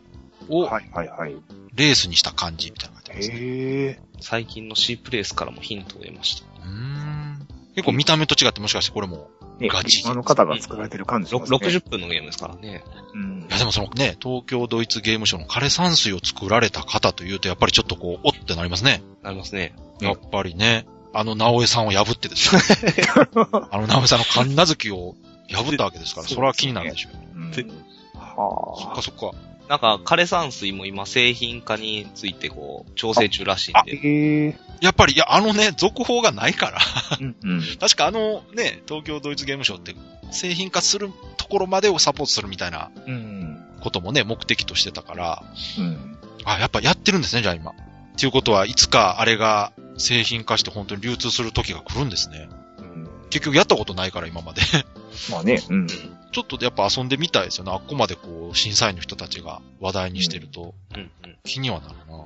S2: を
S3: はいはいはい。
S2: レースにした感じみたいなの書いてますね。
S3: へえ。
S4: 最近の C プレイスからもヒントを得ました。
S2: うーん結構見た目と違ってもしかしてこれも、
S3: ね、
S2: ガチ
S3: 今の方が作られてる感じし
S4: ろ
S3: ますね。
S4: 60分のゲームですからね。
S3: うん
S2: いやでもそのね、東京ドイツゲームショーの枯山水を作られた方というとやっぱりちょっとこう、おってなりますね。
S4: なりますね。
S2: やっぱりね、あの直江さんを破ってですね。 あの直江さんの神奈月を破ったわけですから、
S3: そうですね
S2: それは気になるでしょう。
S3: うん
S4: で
S2: そっ
S3: は
S2: かそっか。
S4: なんか、枯山水も今製品化についてこう、調整中らしいん
S2: あ
S3: あ。
S4: で。
S3: へえ。
S2: やっぱり、いや、あのね、続報がないから。
S3: うんうん。
S2: 確かあのね、東京ドイツゲームショーって製品化するところまでをサポートするみたいな
S3: うん。
S2: こともね、目的としてたから、
S3: うん。
S2: あ、やっぱやってるんですね、じゃあ今。っていうことはいつかあれが製品化して本当に流通する時が来るんですね。
S3: うん
S2: 結局やったことないから今まで。
S3: まあね、うん。
S2: ちょっとやっぱ遊んでみたいですよね。あっこまでこう、審査員の人たちが話題にしてると
S4: うんうん。
S2: 気にはなるな。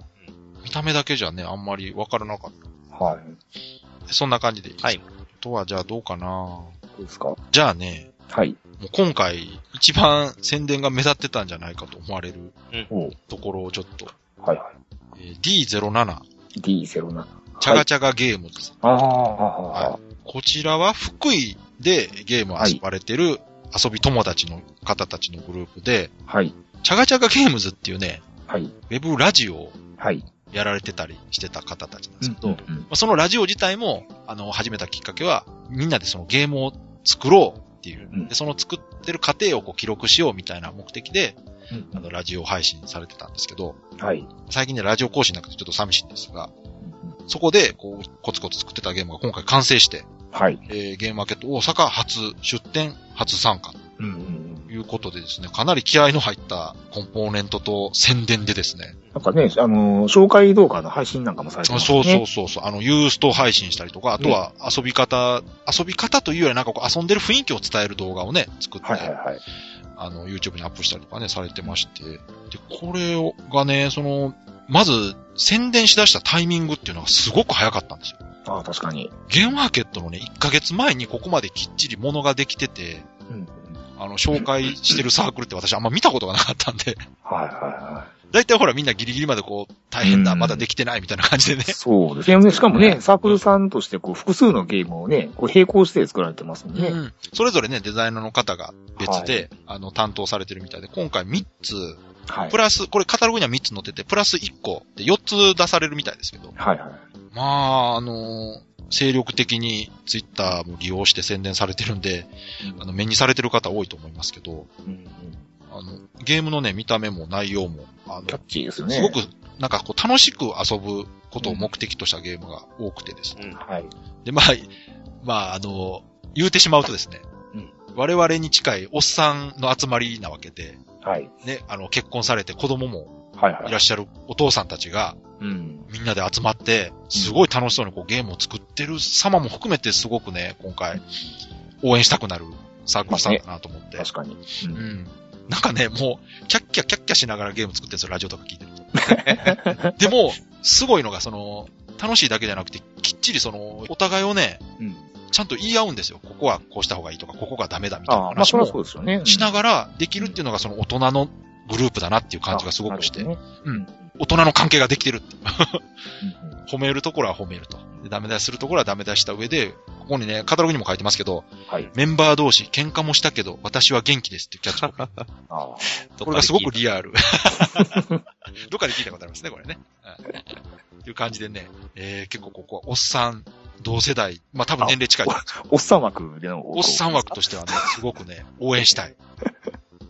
S2: 見た目だけじゃね、あんまりわからなかっ
S3: はい。
S2: た。そんな感じでいいです
S4: はい。
S2: あとはじゃあどうかな
S3: どうですか
S2: じゃあね、
S3: はい。
S2: もう今回、一番宣伝が目立ってたんじゃないかと思われる
S3: おう
S2: ところをちょっと、
S3: はいは
S2: えー D07、
S3: い。D07。
S2: チャガ
S3: はい。
S2: チャガゲームズ、
S3: ああ、
S2: こちらは福井でゲームを遊ばれてる遊び友達の方たちのグループで、
S3: はい。
S2: チャガチャガゲームズっていうね、
S3: はい。
S2: ウェブラジオを
S3: はい。
S2: やられてたりしてた方たちなんですけど、
S3: うん
S2: まあそのラジオ自体も、あの、始めたきっかけは、みんなでそのゲームを作ろうっていう
S3: う、ん
S2: でその作ってる過程をこう記録しようみたいな目的で、
S3: うん
S2: あの、ラジオ配信されてたんですけど、
S3: はい。
S2: 最近ね、ラジオ更新なくてちょっと寂しいんですが、そこで、こう、コツコツ作ってたゲームが今回完成して、
S3: はい。
S2: えーゲームマーケット大阪初出店、初参加と
S3: うん。
S2: いうことでですね、かなり気合の入ったコンポーネントと宣伝でですね、
S3: なんかね、あのー、紹介動画の配信なんかもされて
S2: あ
S3: ます
S2: そう
S3: ね。
S2: そうそうそう、あの、ユースト配信したりとか、あとは遊び方、遊び方というよりなんかこう遊んでる雰囲気を伝える動画をね、作って、
S3: はいはいはい。
S2: あの、YouTube にアップしたりとかね、されてまして、で、これをがね、その、まず、宣伝しだしたタイミングっていうのがすごく早かったんですよ。
S3: ああ、確かに。
S2: ゲームマーケットのね、1ヶ月前にここまできっちり物ができてて、
S3: うん。
S2: あの、紹介してるサークルって私あんま見たことがなかったんで、
S3: はいはいは
S2: だいたいほらみんなギリギリまでこう、大変だ、
S3: うん
S2: まだできてないみたいな感じでね
S3: い。。そうですね。しかもね、サークルさんとして、こう、複数のゲームをね、こう、並行して作られてますもん
S2: う
S3: ね。
S2: ん。それぞれね、デザイナーの方が別で、あの、担当されてるみたいで、今回3つ、
S3: はい
S2: プ。ラス、これカタログには3つ載ってて、プラス1個で4つ出されるみたいですけど、
S3: はいはい。
S2: まあ、あの精力的にツイッターも利用して宣伝されてるんで、あの、目にされてる方多いと思いますけど、
S3: うん
S2: あの、ゲームのね、見た目も内容も、あの
S3: キャ、ッチーですよね。
S2: すごく、なんかこう、楽しく遊ぶことを目的としたゲームが多くてですね。
S4: うん
S3: はい。
S2: で、まあ、まあ、あの、言うてしまうとですね、
S3: うん
S2: 我々に近いおっさんの集まりなわけで、
S3: はい。
S2: ね、あの、結婚されて子供も
S3: はいはい
S2: いらっしゃるお父さんたちが、
S3: うん。
S2: みんなで集まって、すごい楽しそうにこうゲームを作ってる様も含めてすごくね、今回、応援したくなるサークルさんだなと思って。
S3: 確かに。うん
S2: うん。なんかね、もう、キャッキャキャッキャしながらゲーム作ってるんですよ、ラジオとか聞いてる と。でも、すごいのが、その、楽しいだけじゃなくて、きっちりその、お互いをね、
S3: うん。
S2: ちゃんと言い合うんですよ。ここはこうした方がいいとか、ここがダメだみたい
S3: ああ、
S2: な
S3: まあ、
S2: 話
S3: それはそ
S2: も
S3: うですよね。
S2: しな
S3: ら
S2: がらできるっていうのがその大人のグループだなっていう感じがすごくして、
S3: うん。
S2: 大人の関係ができてる。褒めるところは褒めると。でダメ出しするところはダメ出しした上で、ここにね、カタログにも書いてますけど、
S3: はい。
S2: メンバー同士喧嘩もしたけど、私は元気ですっていうキャッチコピー。
S3: ああ。
S2: こ
S4: とか
S2: れがすごくリアル。 どっかで聞いたことありますね、これね。うんっていう感じでね、えー結構ここはおっさん、同世代、まあ多分年齢近いと思うんですけど。
S3: おっさん枠での。
S2: おっさん枠としてはね、すごくね、応援したい。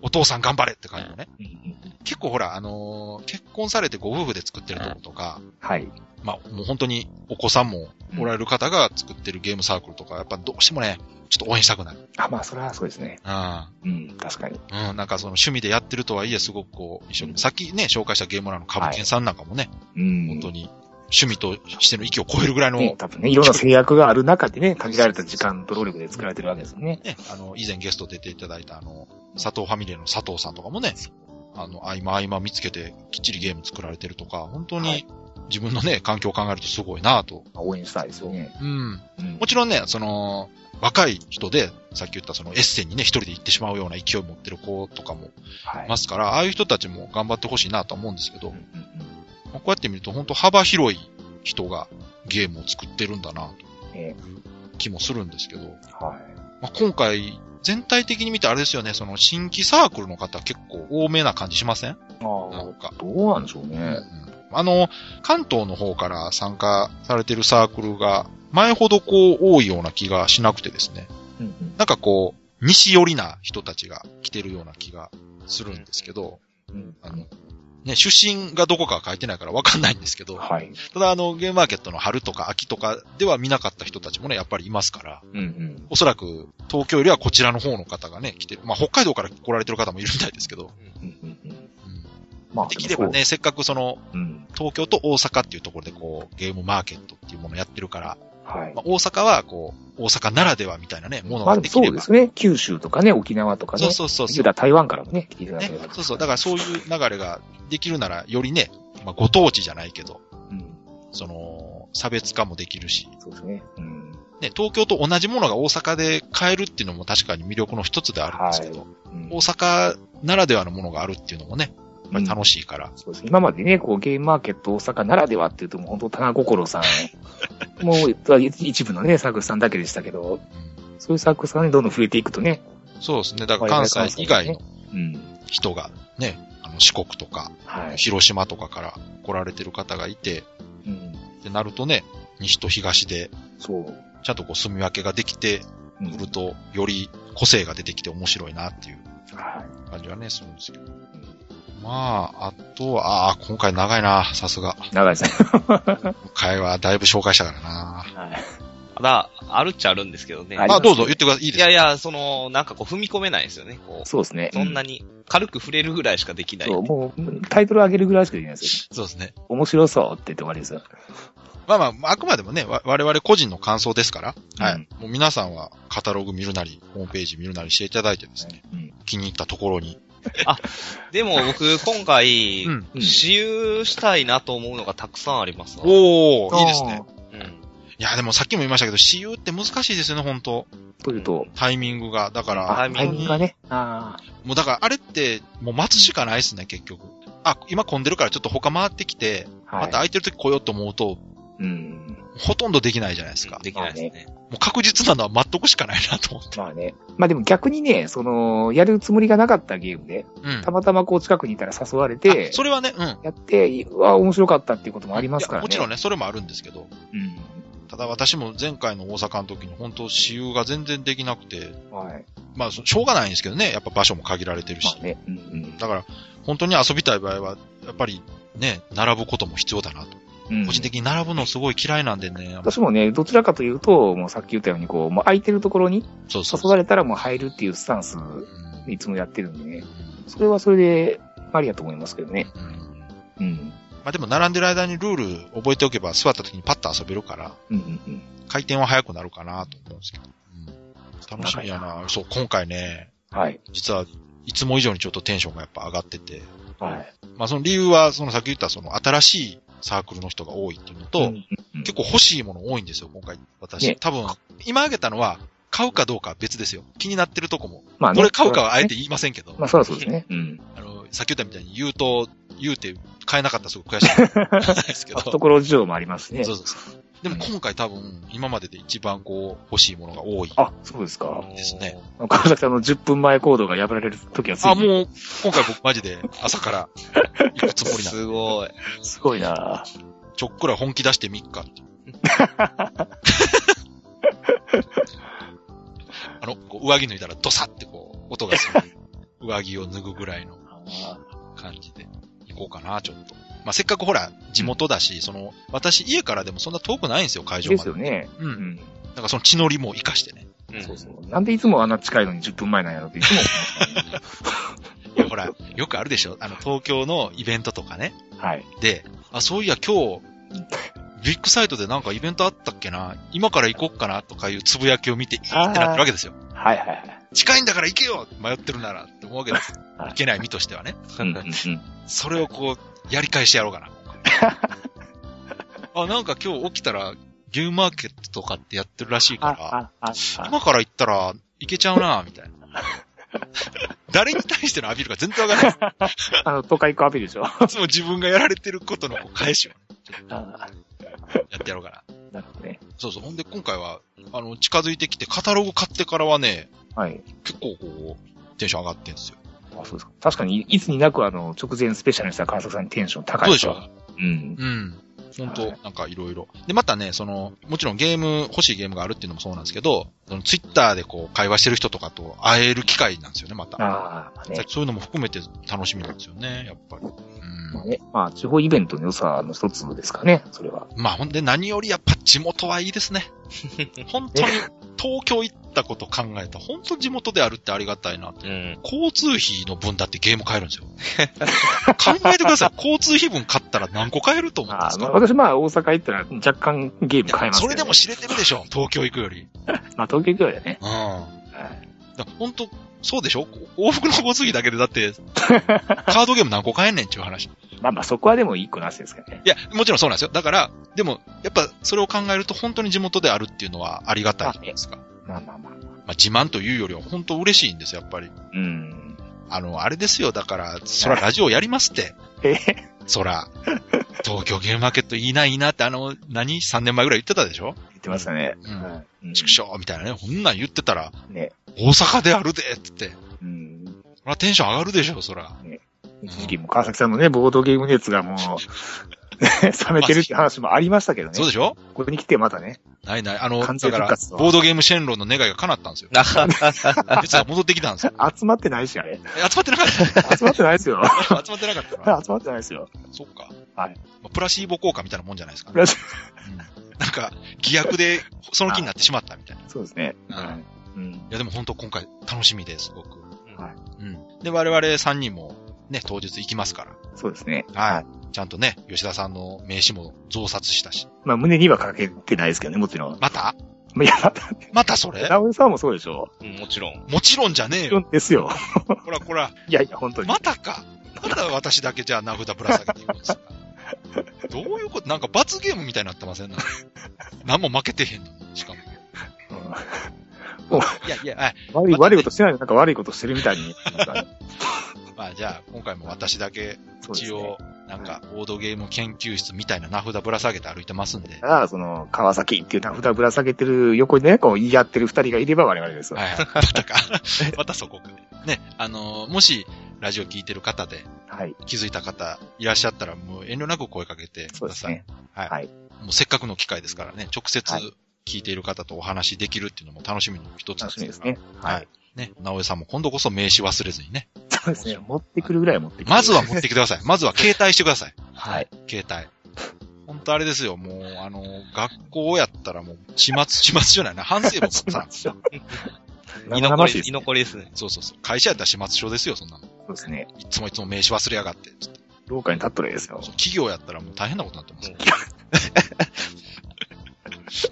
S2: お父さん頑張れって感じのね。
S3: うんうん
S2: 結構ほら、あのー結婚されてご夫婦で作ってるとことか、
S3: はい。
S2: まあもう本当にお子さんもおられる方が作ってるゲームサークルとか、やっぱどうしてもね、ちょっと応援したくなる。
S3: あ、まあ、それはそうですね。
S2: うん。
S3: うん、確かに。
S2: うん、なんかその趣味でやってるとはいえ、すごくこう、一緒
S3: う
S2: に、
S3: ん
S2: さっきね、紹介したゲームラーのカブケンさんなんかもね、
S3: うん。
S2: 本当に趣味としての域を超えるぐらいの、
S3: ね
S2: ね、、
S3: 多分ね、いろんな制約がある中でね、限られた時間と労力で作られてるわけですよね。
S2: あの、以前ゲスト出ていただいたあの、佐藤ファミリーの佐藤さんとかもね、あの、合間合間見つけてきっちりゲーム作られてるとか、本当
S3: は
S2: に
S3: い
S2: 自分のね、環境を考えるとすごいなと。
S3: 応援したいですよね。
S2: うん。
S3: うん
S2: もちろんね、その、若い人で、さっき言ったそのエッセンにね、一人で行ってしまうような勢いを持ってる子とかも
S3: はいい。
S2: ますから、ああいう人たちも頑張ってほしいなとは思うんですけ
S3: う
S2: ど、
S3: んうん
S2: まあこうやって見ると本当幅広い人がゲームを作ってるんだな
S3: うんね
S2: と気もするんですけど、
S3: は
S2: まあ、今回全体的に見てあれですよね、その新規サークルの方結構多めな感じしません
S3: い。あ
S2: なんか
S3: あ、。どうなんでしょう
S2: うんう
S3: ね。
S2: んあの、関東の方から参加されてるサークルが前ほどこう多いような気がしなくてですね、
S3: うんうん
S2: なんかこう西寄りな人たちが来てるような気がするんですけど、
S3: うん
S2: あの、ね、出身がどこかは書いてないからわかんないんですけど、
S3: はい。
S2: ただあの、ゲームマーケットの春とか秋とかでは見なかった人たちもね、やっぱりいますから、
S4: うんうん。
S2: おそらく東京よりはこちらの方の方がね、来てる。まあ北海道から来られてる方もいるみたいですけど、
S3: うんうんうん
S2: うん
S3: まあ、
S2: できればね、せっかくその、
S3: でもそう。うん。
S2: 東京と大阪っていうところでこう、ゲームマーケットっていうものをやってるから、
S3: はい
S2: まあ。大阪はこう、大阪ならではみたいなね、もの
S3: まあでも
S2: ができ
S3: そ
S2: れ
S3: うで
S2: ば。
S3: すね。九州とかね、沖縄とかね。
S2: そうそうそうそう。
S3: だ台湾からもね、来ていただけ
S2: ね
S3: れば。、
S2: そうそう。だからそういう流れができるなら、よりね、まあご当地じゃないけど、
S3: うん。
S2: その、差別化もできるし、
S3: そうですね。うん。
S2: ね、東京と同じものが大阪で買えるっていうのも確かに魅力の一つであるんですけど、
S3: うん
S2: 大阪ならではのものがあるっていうのもね、やっぱり楽しいから。
S3: そうですね。今までね、こう、ゲームマーケット大阪ならではっていうと、もう本当、棚心さん、もう、一部のね、サークルさんだけでしたけど、
S2: うん
S3: そういうサークルさんがね、どんどん増えていくとね、
S2: そうですね。だから関西以外の
S3: うん。
S2: 人がね、あの四国とか、
S3: はい。
S2: 広島とかから来られてる方がいて、
S3: うん。
S2: ってなるとね、西と東で
S3: そう。
S2: ちゃんとこう住み分けができて
S3: う
S2: くると、より個性が出てきて面白いなっていう
S3: は
S2: 感じはね、するんですけど。
S3: い。
S2: まあ、あとは、ああー、今回長いな、さすが。
S3: 長いですね。
S2: 会話だいぶ紹介したからな。
S3: はい。
S4: ただ、あるっちゃあるんですけどね。
S3: ありま
S2: あ、
S3: す
S2: どうぞ言ってください。いいです
S4: いや
S2: か
S4: いや、その、なんかこう踏み込めないですよね。こう、
S3: そうですね。
S4: そんなに軽く触れるぐらいしかできない。
S3: そう、もう、タイトル上げるぐらいしかできないです
S2: そうですね。
S3: よ。面白そうって言って終わりですよ。
S2: まあまあ、あくまでもね、わ我々個人の感想ですから、はい。
S3: うん
S2: もう皆さんはカタログ見るなり、ホームページ見るなりしていただいてですね、
S3: うん。
S2: 気に入ったところに。
S4: でも僕、今回、
S2: うん。
S3: うん
S4: 私有したいなと思うのがたくさんありますな
S2: おー、いいですね。。
S4: うん。
S2: いや、でもさっきも言いましたけど、私有って難しいですよね、本当
S3: というと、
S2: タイミングが。だか
S3: あ
S2: ら、
S4: タ
S3: タイ
S4: イミング
S3: ミングがね。あ
S2: もうだからあれって、もう待つしかないですね、結局。あ、今混んでるからちょっと他回ってきて、
S3: あ。は
S2: ま
S3: い
S2: た。空いてる時来ようと思うと、
S3: うん。
S2: ほとんどできないじゃないですか。
S4: できないですね。
S2: もう確実なのは待っとくしかないなと思って。
S3: まあね。まあでも逆にね、その、やるつもりがなかったゲームで、
S2: うん
S3: た。またまこう近くにいたら誘われて
S2: あ、それはね、うん。
S3: やって、うわ、面白かったっていうこともありますか
S2: いや
S3: らね。
S2: もちろん
S3: ね。
S2: ね、それもあるんですけど。
S3: う
S2: ただ私も前回の大阪の時に本当私有が全然できなくて、
S3: ん。はい。
S2: まあそしょうがないんですけどね、やっぱ場所も限られてるし。
S3: まあね。うんうん。
S2: だから本当に遊びたい場合は、やっぱりね、並ぶことも必要だなと。
S3: うん
S2: 個人的に並ぶのすごい嫌いなんでね。
S3: 私もね、どちらかというと、もうさっき言ったように、こう、もう空いてるところに
S2: そうそう
S3: 誘
S2: そう。
S3: われたらもう入るっていうスタンス、
S2: うん
S3: いつもやってるんでね。
S2: う
S3: それはそれで、ありやと思いますけどね。
S2: んうん
S3: うん。
S2: まあでも並んでる間にルール覚えておけば座った時にパッと遊べるから、
S3: うんうんうん。
S2: 回転は早くなるかなと思うんですけど。うん楽しみやな。そう、今回ね、
S3: はい。
S2: 実はいつも以上にちょっとテンションがやっぱ上がってて、
S3: はい。
S2: まあその理由は、そのさっき言ったその新しいサークルの人が多いっていうのと、
S3: うんうん
S2: 結構欲しいもの多いんですよ、今回私。
S3: ね
S2: 多分、今挙げたのは買うかどうかは別ですよ。気になってるとこも。
S3: まあね
S2: これ買うかはあえて。言いませんけど、
S3: まあ、そりゃそうですね。うん。
S2: あの、さっき言ったみたいに言うと、言うて買えなかったらすごい悔しいですけど。
S3: ところ事情 もありますね
S2: そ。うそうそう。でも今回多分、今までで一番こう、欲しいものが多い。
S3: あ、そうですか。
S2: ですね。
S3: 川崎さんの10分前行動が破られる時はつい
S2: あ、
S3: に
S2: もう、今回僕マジで朝から行くつもりなんで、
S4: すごい。
S3: すごいな
S2: ちょっくら本気出して3日っていう。あの、こう上着脱いだらドサってこう、音がする。上着を脱ぐぐらいの感じで行こうかな、ちょっと。まあ、せっかくほら、地元だし、その、私家からでもそんな遠くないんですよ、会場
S3: で
S2: ま
S3: す
S2: で。
S3: よね。
S2: う。
S3: うんん。
S2: だからその血のりも活かしてね。
S4: うん
S3: そうそう。なんでいつもあんな近いのに10分前なんやろっていつも思って
S2: いや、ほら、よくあるでしょあの、東京のイベントとかね。
S3: ます。はい。
S2: で、あ、そういや今日、ビッグサイトでなんかイベントあったっけな今から行こっかなとかいうつぶやきを見て、いいってなってるわけですよ。
S3: はいはいはい。
S2: 近いんだから行けよ迷ってるならって思うわけです。行けない身としてはね。
S3: うんうんうん
S2: それをこう、やり返してやろう かな。あ、なんか今日起きたら、ゲームマーケットとかってやってるらしいから、
S3: あ、あ、あ、
S2: 今から行ったら行けちゃうな、みたいな。 誰に対してのアピールか全然わからないで
S3: あの、都会行くアピールでしょ。
S2: す。いつも自分がやられてることのこう返しを
S3: あ
S2: やってやろうか
S3: な
S2: な。
S3: るほどね。
S2: そうそう。ほんで今回は、あの、近づいてきて、カタログ買ってからはね、
S3: はい。
S2: 結構こう、テンション上がってんですよ。
S3: あ、そうですか。確かに、いつになくあの、直前スペシャルにした川崎さんテンション高い
S2: そうでしょ
S3: わうん。
S2: うん。本当
S3: はい
S2: なんかいろいろ。で、またね、その、もちろんゲーム、欲しいゲームがあるっていうのもそうなんですけど、そのツイッターでこう、会話してる人とかと会える機会なんですよね、また。
S3: ああ、ね。
S2: そういうのも含めて楽しみなんですよね、やっぱり。
S3: まあ
S2: う
S3: ね、まあ、地方イベントの良さの一つですかね、それは。
S2: ん。まあ、ほんで何よりやっぱ地元はい いですね。本当に、東京行ったこと考えた、本当地元であるってありがたいなって。
S4: うん。
S2: 交通費の分だってゲーム買える んですよ。考えてください。交通費分買ったら何個買えると思うんで
S3: あ
S2: す
S3: ーまあ、
S2: か
S3: 私、まあ、大阪行ったら若干ゲーム買えます
S2: そ
S3: けど、
S2: れでも、知れてるでしょ、東京行くより。
S3: まあ、東京行くよりはね。
S2: うん。だ
S3: はい
S2: 本当そうでしょ往復の交通費だけで だって、カードゲーム何個買えんねんっていう話。い
S3: まあまあ、そこはでも一個なしですけどね。
S2: や、もちろんそうなんですよ。だから、でも、やっぱそれを考えると本当に地元であるっていうのはありがたいじゃないですか。
S3: まあまあまあ。
S2: まあ自慢というよりは本当嬉しいんですよ、やっぱり。
S3: うん。
S2: あの、あれですよ、だから、そらラジオやりますって。
S3: え
S2: そら、東京ゲームマーケットいいな、いいなって、あの、何 ?3 年前ぐらい言ってたでし
S3: 言
S2: ょ
S3: ってましたね。
S2: うん
S3: うん。
S2: 畜生みたいなね、こんなん言ってたら、
S3: ね。
S2: 大阪であるでって言って、
S3: うん。
S2: そらテンション上がるでしょ、そら。
S3: 一時期も川崎さんのね、ボードゲーム熱がもう、 ね冷めてるって話もありましたけどね。
S2: そうでしょ
S3: ここに来てまたね。
S2: ないない。あの、
S3: 完
S2: だ
S3: 全
S2: か
S3: 復
S2: ら
S3: 活、とは
S2: ボードゲームシェンロンの願いが叶ったんですよ。
S4: なかなか
S2: 実は戻ってきたんですよ。
S3: 集まってないし、あ れ。
S2: え集まってなかっ
S3: 集まってないですよ。
S2: た。集まってなかったな。
S3: 集まってないですよ。
S2: そっか。
S3: はい
S2: まあ。プラシーボ効果みたいなもんじゃないですか、
S3: プラス
S2: うんなんか、偽薬で、その気になってしまったみたいな。
S3: そうですね。
S2: うん
S3: はいうん。
S2: いや、でも本当今回楽しみです、ごく。
S3: はい
S2: うん。で、我々3人も、ね、当日行きますか
S3: そうですね。
S2: ら。はい。ちゃんとね、吉田さんの名刺も増刷したし。
S3: まあ、胸にはかけてないですけどね、もちろん。
S2: また
S3: まあ、いや、だって、
S2: またそれ
S3: 直江さんもそうでしょ。
S4: うんもちろん。
S2: もちろんじゃねえ
S3: う
S2: よ。
S3: んですよ。
S2: ほらこら、
S3: いやいや、本当に。
S2: またか。まだ私だけじゃ名札ぶら下げていくんですか。どういうことなんか罰ゲームみたいになってませんなんか何も負けてへんのに。しかも。
S3: うん
S2: いやいや、はい
S3: 悪い、
S2: またね
S3: 悪いことしてないのになんか悪いことしてるみたいに。なんかね
S2: まあじゃあ、今回も私だけ、
S3: そうですね
S2: 一応。、なんか、ボードゲーム研究室みたいな名札ぶら下げて歩いてますんで。
S3: だから、その、川崎っていう名札ぶら下げてる横にね、こう、言い合ってる二人がいれば我々ですよ。
S2: はいはい。またか。またそこか。ね、あのーもし、ラジオ聞いてる方で
S3: はい。
S2: 気づいた方いらっしゃったら、もう遠慮なく声かけて
S3: そ
S2: く
S3: う
S2: だ
S3: です
S2: さい。
S3: ね。
S2: はい、
S3: はい
S2: もうせっかくの機会ですからね、直接
S3: はい
S2: 聞いている方とお話できるっていうのも楽しみの一つ
S3: 楽しみです
S2: から
S3: ね。はい。
S2: はい。ね、直江さんも今度こそ名刺忘れずにね。
S3: そうですね。持ってくるぐらいは持ってくる。
S2: まずは持ってきてく ださい。まずは携帯してください。
S3: はい。
S2: 携帯。本当あれですよ、もう、あのー、学校やったらもう、始末、始末じゃないな、反省文持って たな
S3: 生
S4: 居残
S3: 々しい
S4: り、
S3: です
S4: 居
S3: ね。
S4: 残りですね。
S2: そうそうそう。会社やったら始末書ですよ、そんなの。
S3: そうですね。
S2: いつもいつも名刺忘れやがって。
S3: 廊下に立っとるですよ。
S2: そう企業やったらもう大変なことになってます。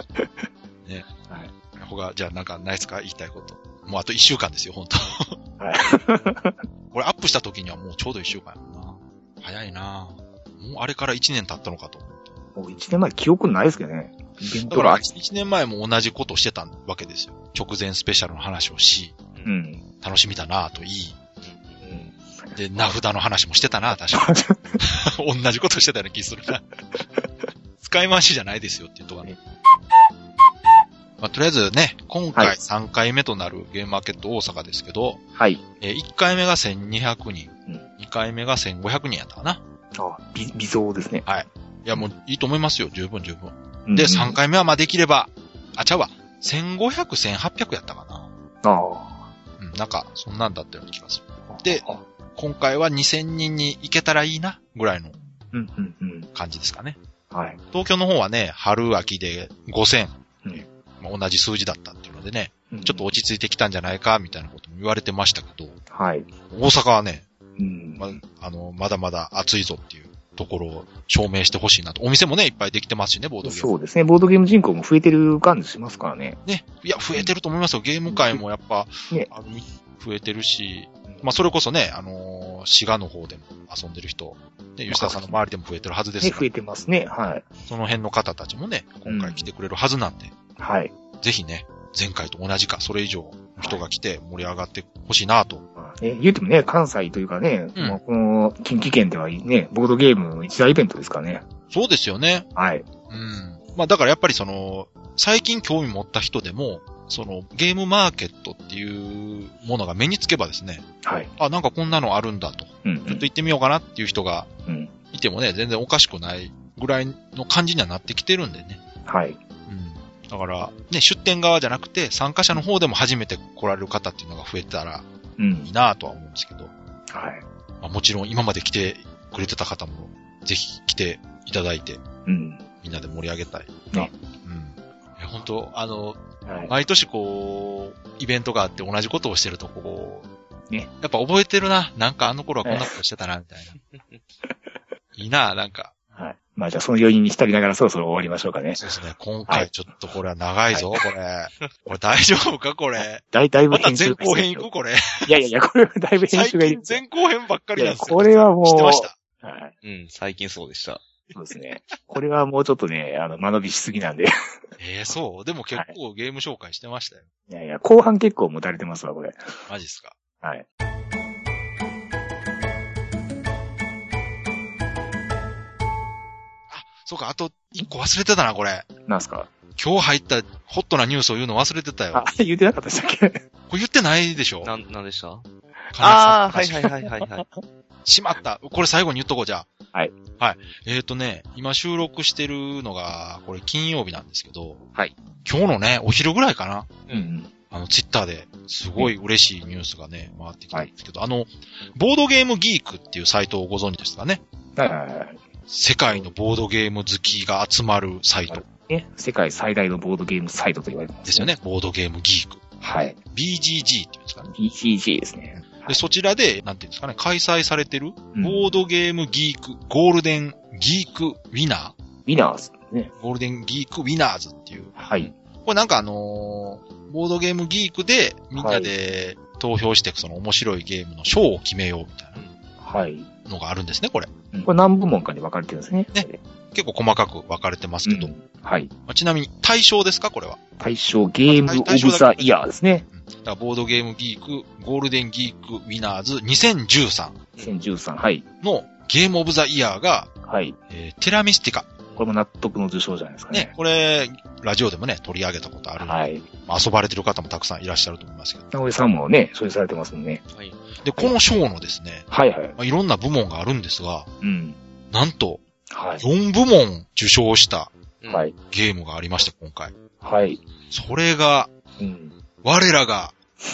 S2: ね。
S3: は
S2: ほか、じゃあなんかないですか言いたいこと。もうあと一週間ですよ、本当
S3: はい。
S2: これアップした時にはもうちょうど一週間やもんな。早いなもうあれから一年経ったのかと。
S3: もう一年前記憶ないですけどね。イベン
S2: だ
S3: ト
S2: から
S3: が。
S2: 一年前も同じことをしてたわけですよ。直前スペシャルの話をし、
S3: うん。
S2: 楽しみだなといい。
S3: うん
S2: で、名札の話もしてたな、確かに。同じことしてたような気する な。使い回しじゃないですよっていうところね。まあ、とりあえずね、今
S3: は
S2: 回
S3: い
S2: 3回目となるゲームマーケット大阪ですけど、
S3: はい。
S2: え1回目が1200人
S3: うん、
S2: 2回目が1500人やったかな。
S3: あ、微微増ですね。
S2: いや、もういいと思いますよ。十分十分。
S3: うん
S2: で、3。回目はまあできれば、あ、ちゃうわ。1500、1800やったかな。
S3: あ
S2: うん、なんか、そんなんだったような気がする。
S3: あ。
S2: で
S3: あ
S2: 今回は2000人に行けたらいいな、ぐらいの
S3: うんうんうん。
S2: 感じですかね。
S3: はい。
S2: 東京の方はね、春秋で5000、
S3: うん
S2: まあ同じ数字だったっていうのでね、ちょっと
S3: うん、
S2: 落ち着いてきたんじゃないか、みたいなことも言われてましたけど、
S3: はい。
S2: 大阪はね、
S3: うん。
S2: ま、あの、まだまだ暑いぞっていうところを証明してほしいなと。お店もね、いっぱいできてますしね、ボードゲーム。
S3: そうですね。ボードゲーム人口も増えてる感じしますからね。
S2: ね。いや、増えてると思いますよ。ゲーム界もやっぱ、
S3: ね
S2: あの増えてるし、まあ、それこそね、あのー滋賀の方でも遊んでる人、ね、吉田さんの周りでも増えてるはずです
S3: ね、
S2: か
S3: 増えてますね。はい。
S2: ら、その辺の方たちもね、今回来てくれるはずなんで、
S3: はい。
S2: ぜひね、前回と同じか、それ以上の人が来て盛り上がってほしいなと。
S3: まあね、言うてもね、関西というかね、
S2: うん
S3: まあこの近畿圏ではね、ボードゲームの一大イベントですからね。
S2: そうですよね。
S3: はい。
S2: うん。まあ、だからやっぱりその、最近興味持った人でも、その、ゲームマーケットっていうものが目につけばですね、
S3: はい。
S2: あ、なんかこんなのあるんだと。
S3: うん、
S2: ちょっと行ってみようかなっていう人が
S3: うん。
S2: いてもね、全然おかしくないぐらいの感じにはなってきてるんでね。
S3: はい。
S2: うん。だから、ね、出店側じゃなくて、参加者の方でも初めて来られる方っていうのが増えたら
S3: う
S2: いい
S3: ん。
S2: なとは思うんですけど、
S3: はい。
S2: まあ、もちろん今まで来てくれてた方も、ぜひ来ていただいて、
S3: うん。
S2: みんなで盛り上げたい。
S3: ね
S2: うん。いや、本当あの、
S3: はい。
S2: 毎年こう、イベントがあって同じことをしてると、こう、
S3: ね。
S2: やっぱ覚えてるな。なんかあの頃はこんなことしてたな、みたいな。 いいな、なんか。
S3: はい。まあじゃあその余韻に浸りながらそろそろ終わりましょうかね。
S2: そうですね。今回ちょっとこれは長いぞ、これ。これ大丈夫か、これ。
S3: だいだいぶ
S2: また
S3: 編集
S2: 前
S3: が
S2: 後編行くこれ。
S3: いやいやいや、これはだいぶ編
S2: 最
S3: 集がい
S2: 近
S3: る。
S2: 前後編ばっかりなんですよ。
S3: いやこれはもう
S2: 知ってました。
S3: はい。
S4: うん、最近そうでした。
S3: そうですね。これはもうちょっとね、あの、間延びしすぎなんで。
S2: ええそう。でも結構ゲーム紹介してましたよ。
S3: いやいや、後半結構もたれてますわ、これ。
S2: マジっすか。
S3: はい。
S2: あ、そうか、あと一個忘れてたな、これ。
S3: なんすか
S2: 今日入ったホットなニュースを言うの忘れてたよ
S3: あ。、言ってなかったでしたっけ
S2: これ言ってないでしょ
S4: なん、なんでした
S2: あ
S4: あー、はいはいはいはいはい。
S2: しまった。これ最後に言っとこう、じゃあ。
S3: はい。。
S2: はい。えっ、ー、とね、今収録してるのが、これ金曜日なんですけど。
S4: はい。
S2: 今日のね、お昼ぐらいかな。
S4: うん
S2: あの、ツイッターで、すごい嬉しいニュースがね、回ってきたんですけど、あの、ボードゲームギークっていうサイトをご存知ですかね。
S3: はいはいはい。
S2: 世界のボードゲーム好きが集まるサイト
S3: ね、世界最大のボードゲームサイトと言われてます、
S2: ですよ。ね。ボードゲームギーク。
S3: はい。
S2: BGG っていうんですかね。
S3: BCG ですね。は
S2: で、
S3: い
S2: そちらで、なんていうんですかね、開催されてる、
S3: うん
S2: ボードゲームギーク、ゴールデンギークウィナ
S3: ウィナーズね。
S2: ー、ゴールデンギークウィナーズっていう。
S3: はい。
S2: これなんかあのーボードゲームギークで、みんなで投票して、その面白いゲームの賞を決めようみたい
S3: はい。
S2: なのがあるんですね、これ。
S3: これ何部門かに分かれてるんですね。
S2: ね結構細かく分かれてますけど。
S3: うんはい。
S2: まあちなみに対象ですかこれは。
S3: 対象ゲームオブザイヤーですね。
S2: うんだからボードゲームギーク、ゴールデンギークウィナーズ2013
S3: 2013。はい。
S2: のゲームオブザイヤーが、
S3: はい。
S2: えーテラミスティカ。
S3: これも納得の受賞じゃないですかね。
S2: ね、これ、ラジオでもね、取り上げたことある。
S3: はい。
S2: まあ遊ばれてる方もたくさんいらっしゃると思いますけど。
S3: 直江さんもね、所有されてますもんね。
S4: はい。
S2: で、この賞のですね、
S3: はいはい。
S2: まあいろんな部門があるんですが、
S3: うん。
S2: なんと、
S3: はい。
S2: 4部門受賞した
S4: うん
S3: は。い。
S2: ゲームがありまして、今回。
S3: はい。
S2: それが、
S3: うん。
S2: 我らが、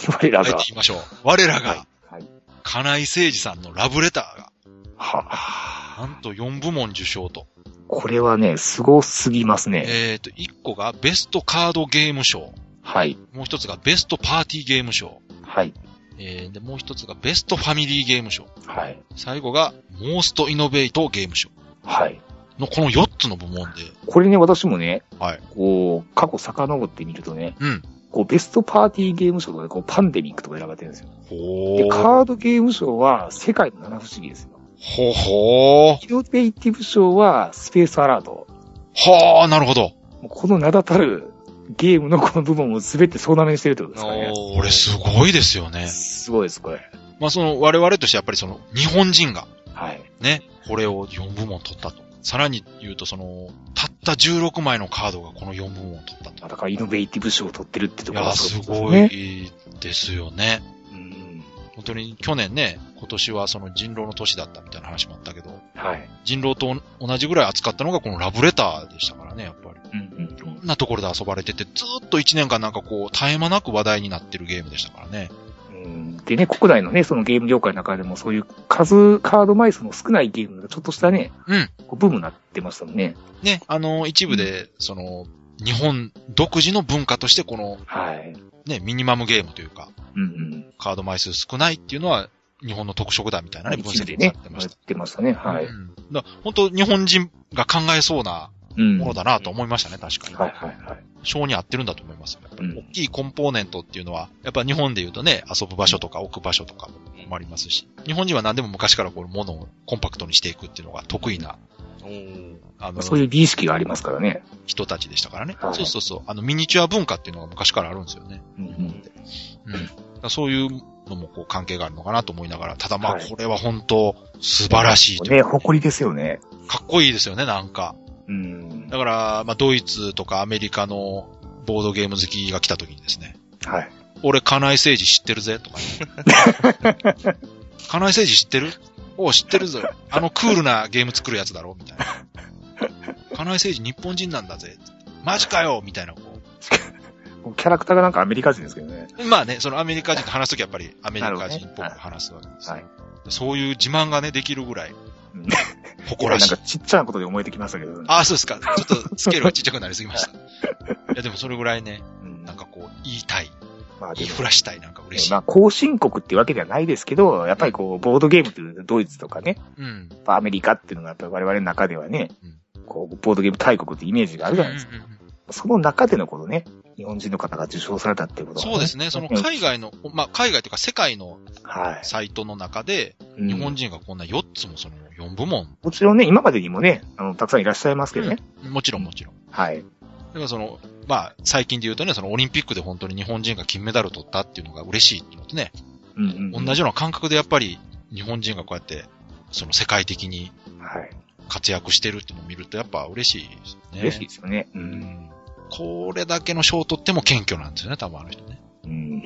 S3: 我ら
S2: あえて
S3: が。
S2: 言いましょう。我ら
S3: は
S2: が、
S3: い。はい。
S2: 金井誠二さんのラブレターが、
S3: は、
S2: なんと4部門受賞と。
S3: これはね、凄すすぎますね。
S2: えっ、と、1個がベストカードゲーム賞。
S3: はい。
S2: もう1つがベストパーティーゲーム賞。
S3: はい。
S2: えー、で、もう1つがベストファミリーゲーム賞。
S3: はい。
S2: 最後が、モーストイノベートゲーム賞。
S3: はい。
S2: のこの4つの部門で、
S3: これね、私もね、
S2: はい
S3: こう、過去遡ってみるとね、
S2: うん
S3: こう、ベストパーティーゲーム賞とかで、こう、パンデミックとか選ばれてるんですよ。
S2: ほ
S3: で、カードゲーム賞は、世界の七不思議ですよ。
S2: ほほー。
S3: イノベーティブ賞は、スペースアラート。
S2: はあ、なるほど。
S3: もうこの名だたるゲームのこの部門を全て総なめにしてるってことですからね。
S4: おー
S2: これすごいですよね。
S3: すごいです、これ。
S2: まあその我々としてやっぱりその日本人が
S3: はい。
S2: ね、これを4部門取ったと。さらに言うとその、たった16枚のカードがこの4部門を取ったと。
S3: だからイノベーティブ賞を取ってるってと
S2: い
S3: ころ
S2: や、
S3: が
S2: す
S3: う
S2: ご
S3: ですね。
S2: いですよね。
S3: うん。
S2: 本当に去年ね、今年はその人狼の年だったみたいな話もあったけど、
S3: はい。
S2: 人狼と同じぐらい扱ったのがこのラブレターでしたからね、やっぱり。
S3: うんうん
S2: いろんなところで遊ばれてて、ずーっと1年間なんかこう、絶え間なく話題になってるゲームでしたからね。
S3: うんでね、国内のね、そのゲーム業界の中でもそういう数、カード枚数の少ないゲームがちょっとしたね、
S2: うん
S3: こうブームになってましたもんね。
S2: ね、あの、一部で、その、日本独自の文化としてこの、
S3: はい。
S2: ね、ミニマムゲームというか、
S3: うんうん。
S2: カード枚数少ないっていうのは、日本の特色だみたいなね、分
S3: 一部で
S2: 析にな
S3: ね
S2: って、ま
S3: や
S2: し。
S3: ったてましたね。はい。
S2: うん、だから本当、日本人が考えそうな
S3: うん。
S2: もの
S3: はい
S2: だなと思いましたね、確かに。
S3: はいはい。
S2: 性に合ってるんだと思います。やっぱ
S3: うん
S2: り大きいコンポーネントっていうのは、やっぱ日本で言うとね、遊ぶ場所とか置く場所とかもありますし、日本人は何でも昔からこう、ものをコンパクトにしていくっていうのが得意な、
S4: おー
S2: あの、
S3: そういう美意識がありますからね。
S2: 人たちでしたからね。
S3: はい
S2: そうそうそう。あの、ミニチュア文化っていうのが昔からあるんですよね。
S3: うんうん。
S2: うん。だからそういうのもこう関係があるのかなと思いながら、ただまあ
S3: はい
S2: これは本当素晴らしいという
S3: ね、誇りですよね。
S2: かっこいいですよね、なんか。
S3: うん。
S2: だから、まあドイツとかアメリカのボードゲーム好きが来た時にですね、
S3: はい。
S2: 俺、金井誠治知ってるぜ、とか、 金井誠治知ってるおう知ってるぞ。あのクールなゲーム作るやつだろ みたいな。金井誠治日本人なんだぜ。マジかよみたいな、こう。
S3: もうキャラクターがなんかアメリカ人ですけどね。
S2: まあね、そのアメリカ人と話すときはやっぱりアメリカ人っぽく
S3: なるほどね
S2: 話すわけです。
S3: はい
S2: そういう自慢がね、できるぐらい
S3: うん、
S2: 誇らしい
S3: なん。かちっちゃなことで思えてきましたけどね。
S2: ああ、そうですか。ちょっとスケールがちっちゃくなりす ぎました。いや、でもそれぐらいね、
S3: うん
S2: なんかこう、言いたい、
S3: まあで
S2: 言い
S3: も
S2: ふらしたい、なんか嬉しい
S3: ま。あ、後進国ってわけではないですけど、やっぱりこう、ボードゲームっていうのはドイツとかね、
S2: うん。
S3: やっぱアメリカっていうのがやっぱり我々の中ではね、こう、ボードゲーム大国ってイメージがあるじゃないですか。
S2: うんうんうん
S3: その中でのこのね、日本人の方が受賞されたっていうことはね
S2: そうですね。その海外の、まあ、海外というか世界の
S3: はい。
S2: サイトの中で、
S3: うん
S2: 日本人がこんな4つもその4部門。
S3: もちろんね、今までにもね、あの、たくさんいらっしゃいますけどね。
S2: もちろんもちろん。
S3: はい。
S2: だからその、まあ、最近で言うとね、そのオリンピックで本当に日本人が金メダル取ったっていうのが嬉しいっていうのとね、
S3: うんうん
S2: 同じような感覚でやっぱり日本人がこうやって、その世界的に
S3: はい。
S2: 活躍してるっていうのを見るとやっぱ嬉しいですね。
S3: 嬉しいですよね。う。
S2: うんん。これだけの賞を取っても謙虚なんですよね、多分あの人ね。
S3: うん。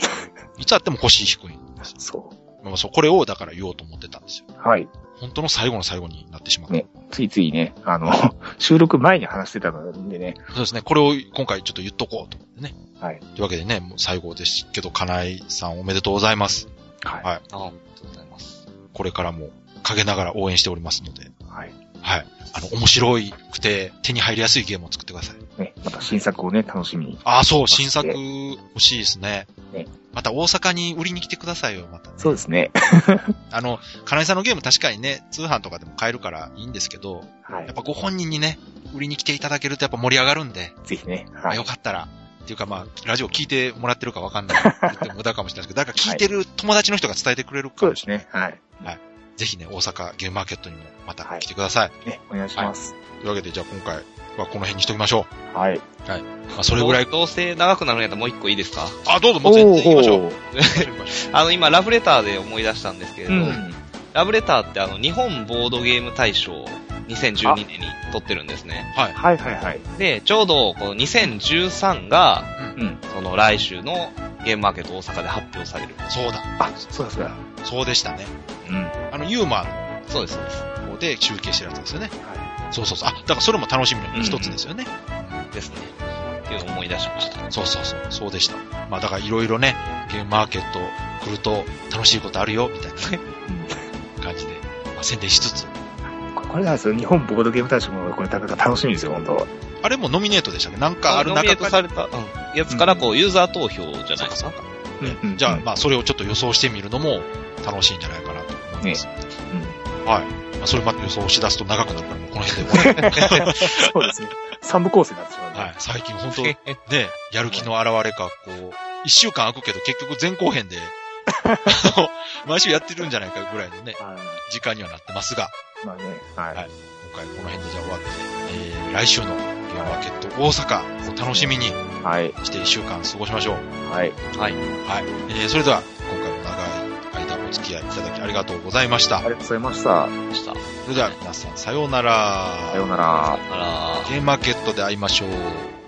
S2: いつあっても腰低いんですよ。
S3: そ
S2: まあそう、これをだから言おうと思ってたんですよ
S3: う。。はい。
S2: 本当の最後の最後になってしまった。
S3: ねついついね、あの、 収録前に話してたのでね。
S2: そうですね。これを今回ちょっと言っとこうと思ってね。
S3: はい。
S2: というわけでね、もう最後ですけど、金井さんおめでとうございます。
S3: はい。
S2: はい
S4: あありがとうございます。
S2: これからも陰ながら応援しておりますので、
S3: はい。
S2: はい。あの、面白いくて手に入りやすいゲームを作ってください。
S3: ね、また新作をね、楽しみに。
S2: ああ、そう、新作欲しいですね。
S3: ね
S2: また大阪に売りに来てくださいよ、またね。
S3: そうですね。
S2: あの、金井さんのゲーム確かにね、通販とかでも買えるからいいんですけど、
S3: は
S2: やっ
S3: い。
S2: ぱご本人にね、売りに来ていただけるとやっぱ盛り上がるんで、
S3: ぜひね。
S2: ま
S3: は
S2: あ
S3: い
S2: よ。かったら、っていうかまあ、ラジオ聞いてもらってるかわかんない。言っても無駄かもしれないですけど、 だから聞いてる友達の人が伝えてくれるか
S3: そう
S2: も
S3: で
S2: し
S3: す
S2: れない。
S3: ね。はい。
S2: ぜひね、大阪ゲームマーケットにもまた来てください。
S3: ね、お願いします。
S2: というわけで、じゃあ今回はこの辺にしときましょ
S3: はい。
S2: う。まあ、それぐらい。
S4: どうせ長くなるんやったらもう一個いいですか
S2: あ、どうぞ、もう全然行きましょう。
S3: おー
S4: あの、今、ラブレターで思い出したんですけれ
S3: う
S4: ど、
S3: ん。
S4: ラブレターってあの、日本ボードゲーム大賞を2012年に取ってるんですね。
S3: はいはいはい。
S4: で、ちょうど、この2013が、
S3: うん。
S4: その来週のゲームマーケット大阪で発表される。
S2: そうだ。
S3: あ、そうだそうだ。
S2: そうでしたね。
S3: うん。は
S2: あの、ユーマー
S4: そうです、そうです。
S2: の方で中継してるやつですよね。
S3: い。
S2: そうそうそう。あ、だからそれも楽しみの一つですよね。
S4: ですね。っていうのを思い出しました。
S2: そうそうそう。そうでした。まあ、だからいろいろね、ゲームマーケット来ると楽しいことあるよ、みたいな感じで、まあ、宣伝しつつ。
S3: うんここれなんですよ。日本ボードゲーム大賞もこれなかなか楽しみですよ、本当
S2: あれもノミネートでしたっけなんかある
S4: ノミネ
S2: 中
S4: ート
S2: か
S4: さ
S2: ら。
S4: れた、うんやつからこう、ユーザー投票じゃないです
S2: そ
S4: か
S2: う。か
S3: うん
S2: じゃあ、まあ、それをちょっと予想してみるのも楽しいんじゃないかなと思います。
S3: うん
S2: まあ、それまで予想し出すと長くなるから、もうこの辺で終わり。
S3: そうですね。三部構成になってしまうんで。
S2: はい。最近本当ね、やる気の表れか、こう、一週間空くけど結局前後編で、 あの毎週やってるんじゃないかぐらいのね、
S3: は
S2: 時間にはなってますが、
S3: い。まあね、はい。
S2: はい今回この辺でじゃあ終わって、えー、来週のゲームマーケット大阪を楽しみに
S3: はい。
S2: して一週間過ごしましょう。
S3: はい。
S4: はい。
S2: はい。えー、それでは、今回も長い間おお付き合いいただきありがとうございまし
S3: あ
S2: た。
S3: りがとうございました。
S4: ました。
S2: それでは皆さん、さようなら。
S3: さようなら。
S4: あらー
S2: ゲームマーケットで会いましょう。